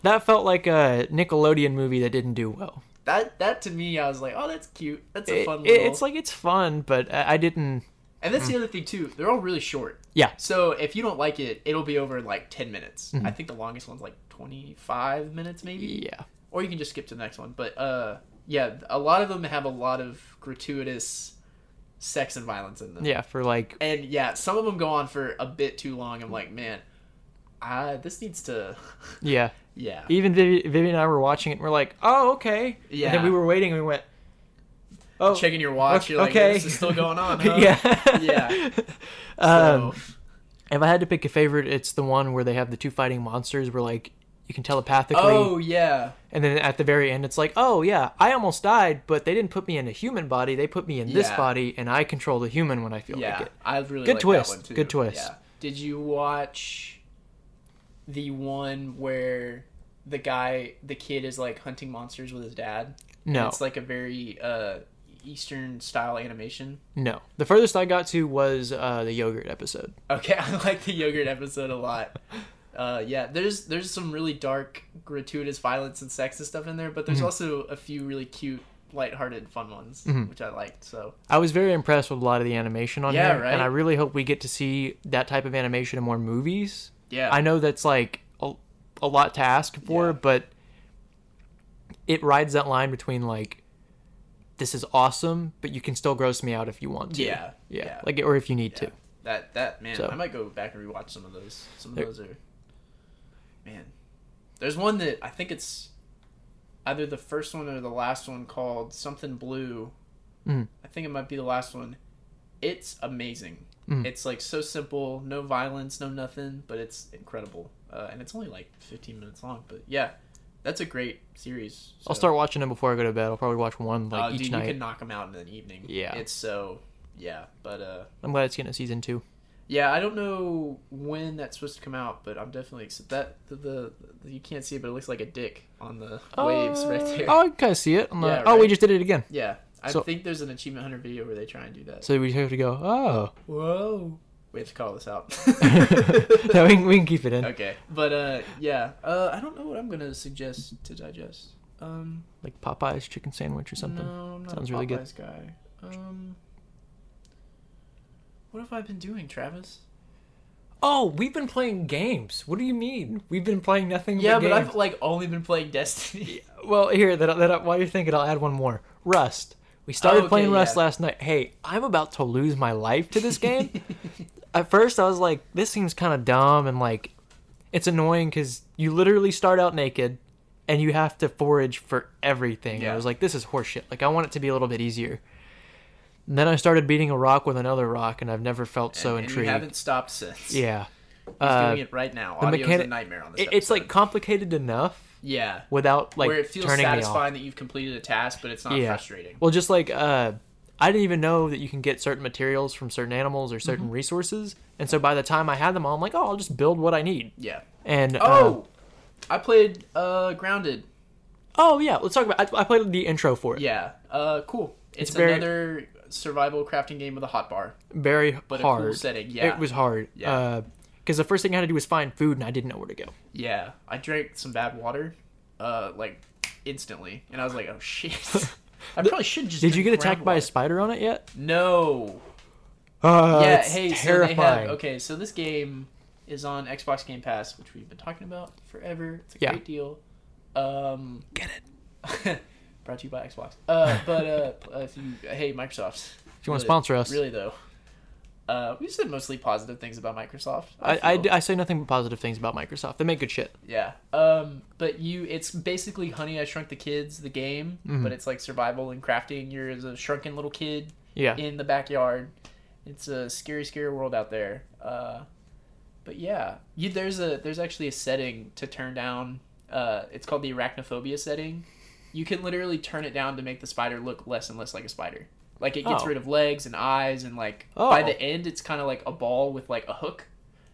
A: that felt like a Nickelodeon movie that didn't do well.
B: That that to me, I was like, oh, that's cute. That's a
A: It-
B: fun
A: it-
B: little.
A: it's like it's fun, but I, I didn't.
B: and that's the other thing too. They're all really short.
A: Hmm. Yeah, Hmm.
B: So if you don't like it, it'll be over in like ten minutes. I think the longest one's like twenty five minutes, maybe.
A: yeah,
B: Or you can just skip to the next one. But uh, yeah, a lot of them have a lot of gratuitous sex and violence in them.
A: Yeah, for like
B: And yeah, some of them go on for a bit too long. I'm like, man, I, this needs to. [laughs]
A: yeah.
B: Yeah.
A: Even Vivi, Vivi and I were watching it. and We're like, oh okay. And
B: Yeah.
A: then we were waiting. and We went. Oh
B: Checking your watch,
A: okay-
B: you're like,
A: okay.
B: this is still going
A: [laughs]
B: on, huh?
A: yeah.
B: Yeah.
A: [laughs] Um,
B: So,
A: If I had to pick a favorite, it's the one where they have the two fighting monsters. Where like you can telepathically,
B: oh yeah,
A: and then at the very end, it's like, oh yeah, I almost died, but they didn't put me in a human body. They put me in this
B: Yeah.
A: body, and I control the human when I feel
B: yeah.
A: like it.
B: I really
A: Good
B: like
A: twist,
B: That one too.
A: good twist.
B: Yeah. Did you watch the one where the guy, the kid, is like hunting monsters with his dad? And
A: No,
B: It's like a very uh, Eastern style animation.
A: no. The furthest I got to was uh, the yogurt episode.
B: Okay, [laughs] I like the yogurt episode
A: [laughs]
B: a lot. Uh, yeah, there's there's some really dark, gratuitous violence and sex and stuff in there, but
A: Mm-hmm.
B: there's also a few really cute, lighthearted, fun ones,
A: Mm-hmm.
B: which I liked. So
A: I was very impressed with a lot of the animation on
B: Yeah,
A: here,
B: right?
A: and I really hope we get to see that type of animation in more movies.
B: yeah,
A: I know that's like a, a lot to ask for,
B: Yeah.
A: but it rides that line between like this is awesome, but you can still gross me out if you want to.
B: Yeah,
A: Yeah.
B: yeah.
A: Like or if you need
B: Yeah.
A: to.
B: That that man,
A: So-
B: I might go back and rewatch some of those. Some of
A: There-
B: those are, man. There's one that I think it's either the first one or the last one called something blue.
A: Mm.
B: I think it might be the last one. It's amazing.
A: Mm.
B: It's like so simple, no violence, no nothing, but it's incredible. Uh, and it's only like 15 minutes long, but yeah, that's a great series.
A: I'll
B: so-
A: start watching them before I go to bed. I'll probably watch one like
B: Oh,
A: each
B: dude,
A: night.
B: you can knock them out in an evening.
A: Yeah.
B: it's so yeah, but uh.
A: I'm glad it's getting a season two.
B: Yeah, I don't know when that's supposed to come out, but I'm definitely excited. That the, the, the- you can't see it, but it looks like a dick on the waves right
A: Uh,
B: there.
A: Oh, I can kind of see it. I'm
B: Yeah,
A: like, oh, we
B: right.
A: just did it again.
B: Yeah, I
A: So-
B: think there's an achievement hunter video where they try and do that.
A: So we have to go. Oh, [laughs]
B: Whoa, we have to call this out. [laughs]
A: no, we, can- we can keep it in.
B: okay, but uh, yeah, uh, I don't know what I'm gonna suggest to digest. Um,
A: Like Popeye's chicken sandwich or something.
B: no, I'm not
A: Sounds
B: a
A: really good.
B: Popeyes guy. Um, what have I been doing, Travis?
A: Oh, we've been playing games. What do you mean? We've been playing nothing.
B: Yeah,
A: but,
B: but
A: games.
B: I've like only been playing Destiny.
A: Well, here that, that while you're thinking, I'll add one more. Rust. We started
B: Oh, okay,
A: playing Rust
B: yeah.
A: last night. Hey, I'm about to lose my life to this
B: [laughs]
A: game. At first, I was like, this seems kind of dumb and like it's annoying because you literally start out naked and you have to forage for everything. I
B: Yeah.
A: was like, this is horseshit. Like, I want it to be a little bit easier. And then I started beating a rock with another rock, and I've never felt so
B: and, and you
A: intrigued.
B: haven't stopped since.
A: yeah,
B: He's
A: Uh,
B: doing it right now. Audio's
A: mechanic-
B: a nightmare on this.
A: it, it's
B: episode.
A: like complicated enough
B: yeah,
A: without like
B: where it feels
A: turning me off.
B: satisfying that you've completed a task, but it's not
A: Yeah.
B: frustrating.
A: Well, just like uh, I didn't even know that you can get certain materials from certain animals or
B: Mm-hmm.
A: certain resources, and so by the time I had them all, I'm like, oh, I'll just build what I need.
B: Yeah.
A: And uh,
B: Oh, I played uh Grounded.
A: oh yeah, let's talk about. I, I played the intro for it.
B: Yeah. Uh, cool. It's,
A: very-
B: another survival crafting game with a hot bar,
A: Very
B: but
A: hard.
B: a cool setting. Yeah.
A: It was hard.
B: Yeah.
A: Because the first thing I had to do was find food, and I didn't know where to go.
B: Yeah. I drank some bad water, uh, like instantly, and I was like,
A: [laughs]
B: oh shit. I probably should just.
A: Did you get
B: drink
A: attacked by a
B: groundwater.
A: spider on it yet?
B: No.
A: Uh,
B: yeah,
A: it's
B: hey, so they
A: terrifying.
B: have okay, so this game is on Xbox Game Pass, which we've been talking about forever. It's a
A: Yeah.
B: great deal. Um
A: Get it.
B: [laughs] brought to you by Xbox. Uh but uh [laughs] if you hey Microsoft.
A: If you want to sponsor us,
B: Really though. Uh we've said mostly positive things about Microsoft.
A: I, I,
B: feel.
A: I say nothing but positive things about Microsoft. They make good shit.
B: Yeah. Um, but you, it's basically Honey, I Shrunk the Kids, the game,
A: Mm-hmm.
B: but it's like survival and crafting. You're as a shrunken little kid
A: Yeah.
B: in the backyard. It's a scary, scary world out there. Uh, but yeah, you, there's a there's actually a setting to turn down. Uh, it's called the arachnophobia setting. You can literally turn it down to make the spider look less and less like a spider. Like it gets
A: Oh.
B: rid of legs and eyes, and like by
A: Oh.
B: the end, it's kind of like a ball with like a hook,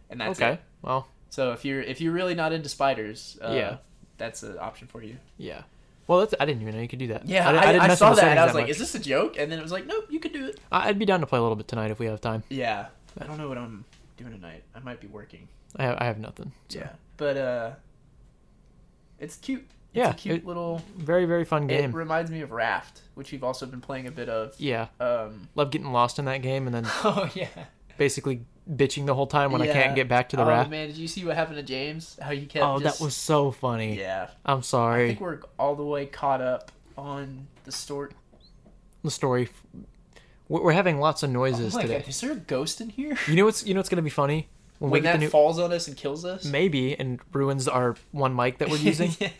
B: and that's it.
A: Okay. Well,
B: So if you're if you're really not into spiders, uh,
A: Yeah.
B: that's an option for you.
A: yeah. Well, that's, I didn't even know you could do that.
B: Yeah, I,
A: di-
B: I,
A: didn't mess with
B: saw
A: the
B: that and
A: settings
B: I was like,
A: much.
B: is this a joke? And then it was like, nope, you could do it.
A: I- I'd be down to play a little bit tonight if we have time.
B: Yeah, I don't know what I'm doing tonight. I might be working.
A: I have, I have nothing. So.
B: Yeah, but uh, it's cute. It's
A: Yeah,
B: a cute
A: it-
B: little.
A: Very, very fun
B: It
A: game.
B: reminds me of Raft, which we've also been playing a bit of.
A: yeah. [laughs]
B: Um,
A: Love getting lost in that game and then
B: oh yeah.
A: basically bitching the whole time when I
B: Yeah.
A: can't get back to the
B: oh,
A: raft.
B: man, did you see what happened to James? How you kept.
A: Um, Oh,
B: just-
A: that was so funny.
B: Yeah,
A: I'm
B: I
A: sorry.
B: think we're all the way caught up on the story.
A: the story. f- We're we're having lots of
B: I'm
A: noises
B: like,
A: today.
B: Oh is there a ghost in here?
A: You know what's you know what's gonna be funny when, we
B: [laughs] When
A: get
B: that
A: the new
B: falls on us and kills us?
A: maybe and ruins our one mic
B: [laughs]
A: that we're [laughs] using.
B: yeah.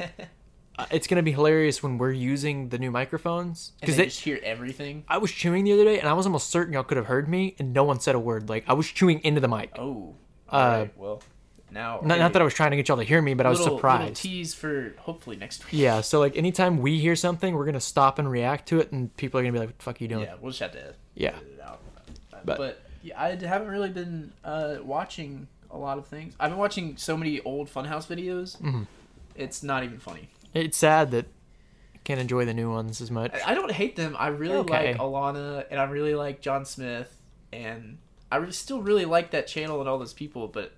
A: Uh, It's gonna be hilarious when we're using the new microphones
B: And
A: because
B: they just hear everything.
A: I was chewing the other day and I was almost certain y'all could have heard me and no one said a word. Like I was chewing into the mic.
B: Oh.
A: Uh,
B: Alright, well, now.
A: Not, not that I was trying to get y'all to hear me, but I was
B: little, Little
A: surprised.
B: tease for hopefully next week.
A: yeah, so like anytime we hear something, we're gonna stop and react to it, and people are gonna be like, "What the fuck are you doing?"
B: Yeah, we'll just have to
A: Yeah.
B: edit it out.
A: But-
B: But, yeah, I haven't really been uh, watching a lot of things. I've been watching so many old Funhouse videos.
A: Mm-hmm.
B: It's not even funny.
A: It's sad that I can't enjoy the new ones as much.
B: I I don't hate them. I really
A: Okay.
B: like Alana and I really like John Smith and I re- still really like that channel and all those people. But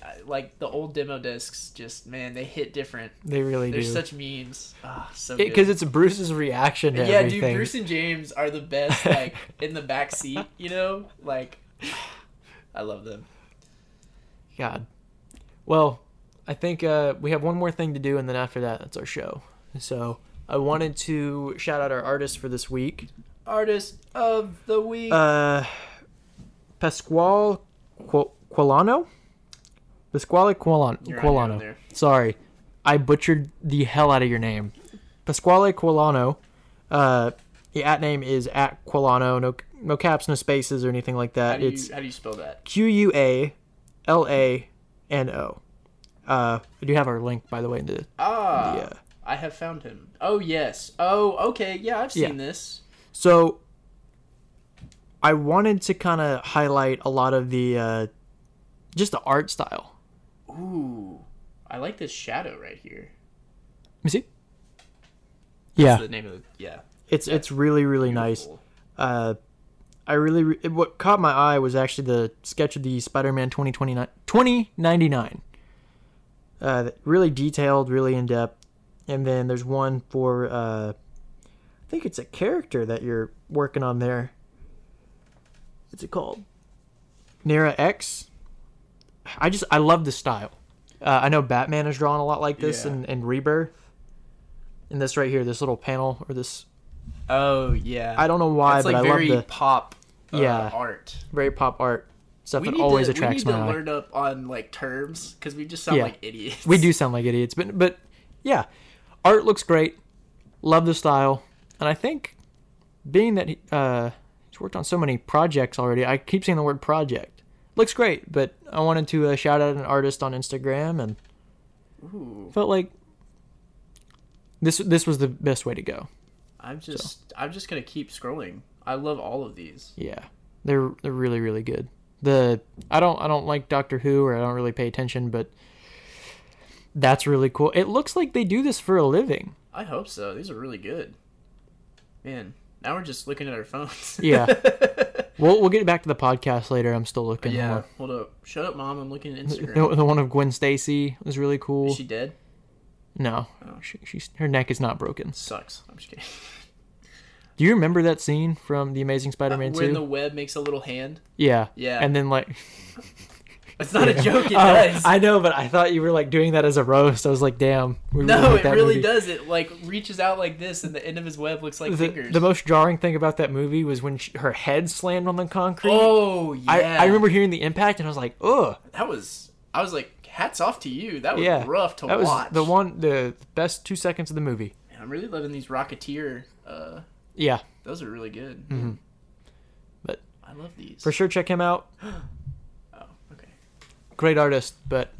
B: I, like the old demo discs, just man, they hit different.
A: They really
B: They're
A: do.
B: such memes. Ah, so good.
A: Because it's Bruce's reaction to
B: yeah,
A: everything.
B: dude, Bruce and James are the
A: [laughs]
B: best. Like in the back seat, you know, like I love them.
A: God. Well, I think uh, we have one more thing to do, and then after that, that's our show. So I wanted to shout out our artists for this week.
B: Artist of the week.
A: Uh, Pasquale Qu- Quilano? Pasquale Quilano.
B: You're on your own
A: Quilano.
B: there.
A: Sorry. I butchered the hell out of your name. Pasquale Quilano. Uh, the at name is at Quilano. No, no caps, no spaces, or anything like
B: how
A: that.
B: do
A: It's
B: you how do you spell that?
A: Q U A L A N O. Uh, I do have our link, by the way, in the
B: Ah,
A: yeah.
B: I have found him. Oh yes. Oh okay. Yeah, I've seen
A: Yeah.
B: this.
A: So I wanted to kind of highlight a lot of the uh, just the art style.
B: Ooh, I like this shadow right here.
A: Let me see. Yeah,
B: That's the name of the yeah.
A: it's it's really really nice.
B: Beautiful.
A: Uh, I really re- what caught my eye was actually the sketch of the Spider-Man 2029 2099. Uh, that- really detailed, really in depth, and then there's one for uh, I think it's a character that you're working on there. What's it called? Nera X. I just I love the style. Uh, I know Batman is drawn a lot like this,
B: Yeah.
A: and and Rebirth. And this right here, this little panel or this
B: Oh yeah.
A: I don't know why,
B: It's
A: but
B: like
A: I love
B: very
A: the
B: pop. Uh,
A: Yeah.
B: Art.
A: very pop art stuff
B: We
A: that
B: need
A: always
B: to,
A: attracts
B: we need
A: my
B: to
A: eye.
B: learn up on like terms because we just sound
A: Yeah.
B: like idiots.
A: We do sound like idiots, but but yeah, art looks great. Love the style, and I think being that he, uh, he's worked on so many projects already, I keep saying the word project. Looks great, but I wanted to uh, shout out an artist on Instagram and
B: Ooh,
A: felt like this this was the best way to go.
B: I'm just I'm just gonna keep scrolling. I love all of these.
A: Yeah, they're they're really really good. The I don't I don't like Doctor Who or I don't really pay attention, but that's really cool. It looks like they do this for a living.
B: I hope so. These are really good. Man, now we're just looking at our phones. [laughs]
A: Yeah. We'll we'll get back to the podcast later. I'm still looking.
B: yeah.
A: Hold
B: Hold up. Shut up, mom. I'm looking
A: [laughs]
B: at
A: on.
B: Instagram.
A: The, the one of Gwen Stacy was really cool.
B: Is she dead?
A: no,
B: Oh.
A: she, she's her neck is not broken.
B: Sucks. I'm just kidding.
A: Do you remember that scene from The Amazing Spider-Man
B: Where
A: Two?
B: Uh, the web makes a little hand.
A: Yeah,
B: Yeah.
A: And then [laughs] like,
B: It's not a joke. It
A: Uh, [laughs]
B: does.
A: I know, but I thought you were like doing that as a roast. I was like, damn. We
B: no,
A: like
B: it
A: that
B: really
A: movie.
B: does. It like reaches out like this, and the end of his web looks like
A: the,
B: fingers.
A: the most jarring thing about that movie was when she, her head slammed on the concrete.
B: oh yeah.
A: I, I remember hearing the impact and I was like, ugh.
B: that was. I was like, hats off to you. That was
A: Yeah.
B: rough to
A: That was
B: watch.
A: the one, the best two seconds of the movie.
B: Man, I'm really loving these Rocketeer. Uh,
A: Yeah,
B: those are really good.
A: Mm-hmm. But-
B: I love these.
A: for sure. Check him out.
B: Oh, okay.
A: Great artist. But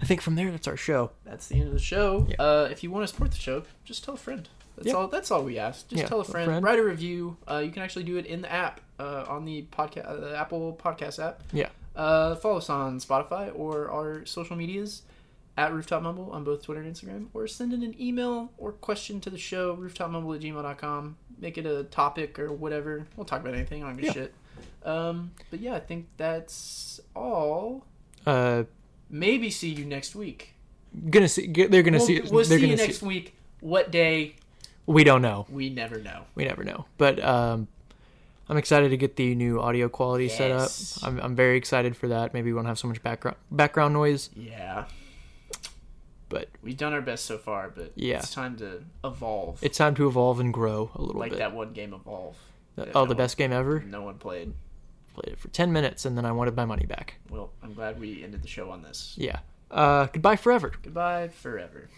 A: I think from there, that's our show.
B: That's the end of the show.
A: Yeah.
B: Uh, if you want to support the show, just tell a friend. That's
A: Yeah.
B: all. That's all we ask. Just
A: Yeah,
B: tell a
A: a
B: friend,
A: friend.
B: Write a review. Uh, you can actually do it in the app uh, on the podcast, uh, the Apple Podcast app.
A: Yeah.
B: Uh, follow us on Spotify or our social medias at Rooftop Mumble on both Twitter and Instagram, or send in an email or question to the show, rooftopmumble at gmail.com. Make it a topic or whatever. We'll talk about anything. I don't give a
A: Yeah.
B: shit. Um, but yeah, I think that's all.
A: Uh,
B: Maybe see you next week.
A: gonna see. g- They're gonna
B: We'll,
A: see.
B: we'll
A: they're
B: see you
A: gonna
B: next week. What day?
A: We don't know.
B: We never know.
A: We never know. But um, I'm excited to get the new audio quality set up.
B: Yes.
A: I'm, I'm very excited for that. Maybe we won't have so much background background noise.
B: Yeah,
A: But
B: we've done our best so far, but
A: Yeah.
B: it's time to evolve.
A: it's time to evolve and grow a little
B: like
A: bit.
B: that one game, evolve.
A: The-
B: Yeah,
A: oh,
B: no
A: the best game ever.
B: No one played.
A: Played it for ten minutes and then I wanted my money back.
B: Well, I'm glad we ended the show on this.
A: Yeah. Uh, goodbye forever.
B: Goodbye forever.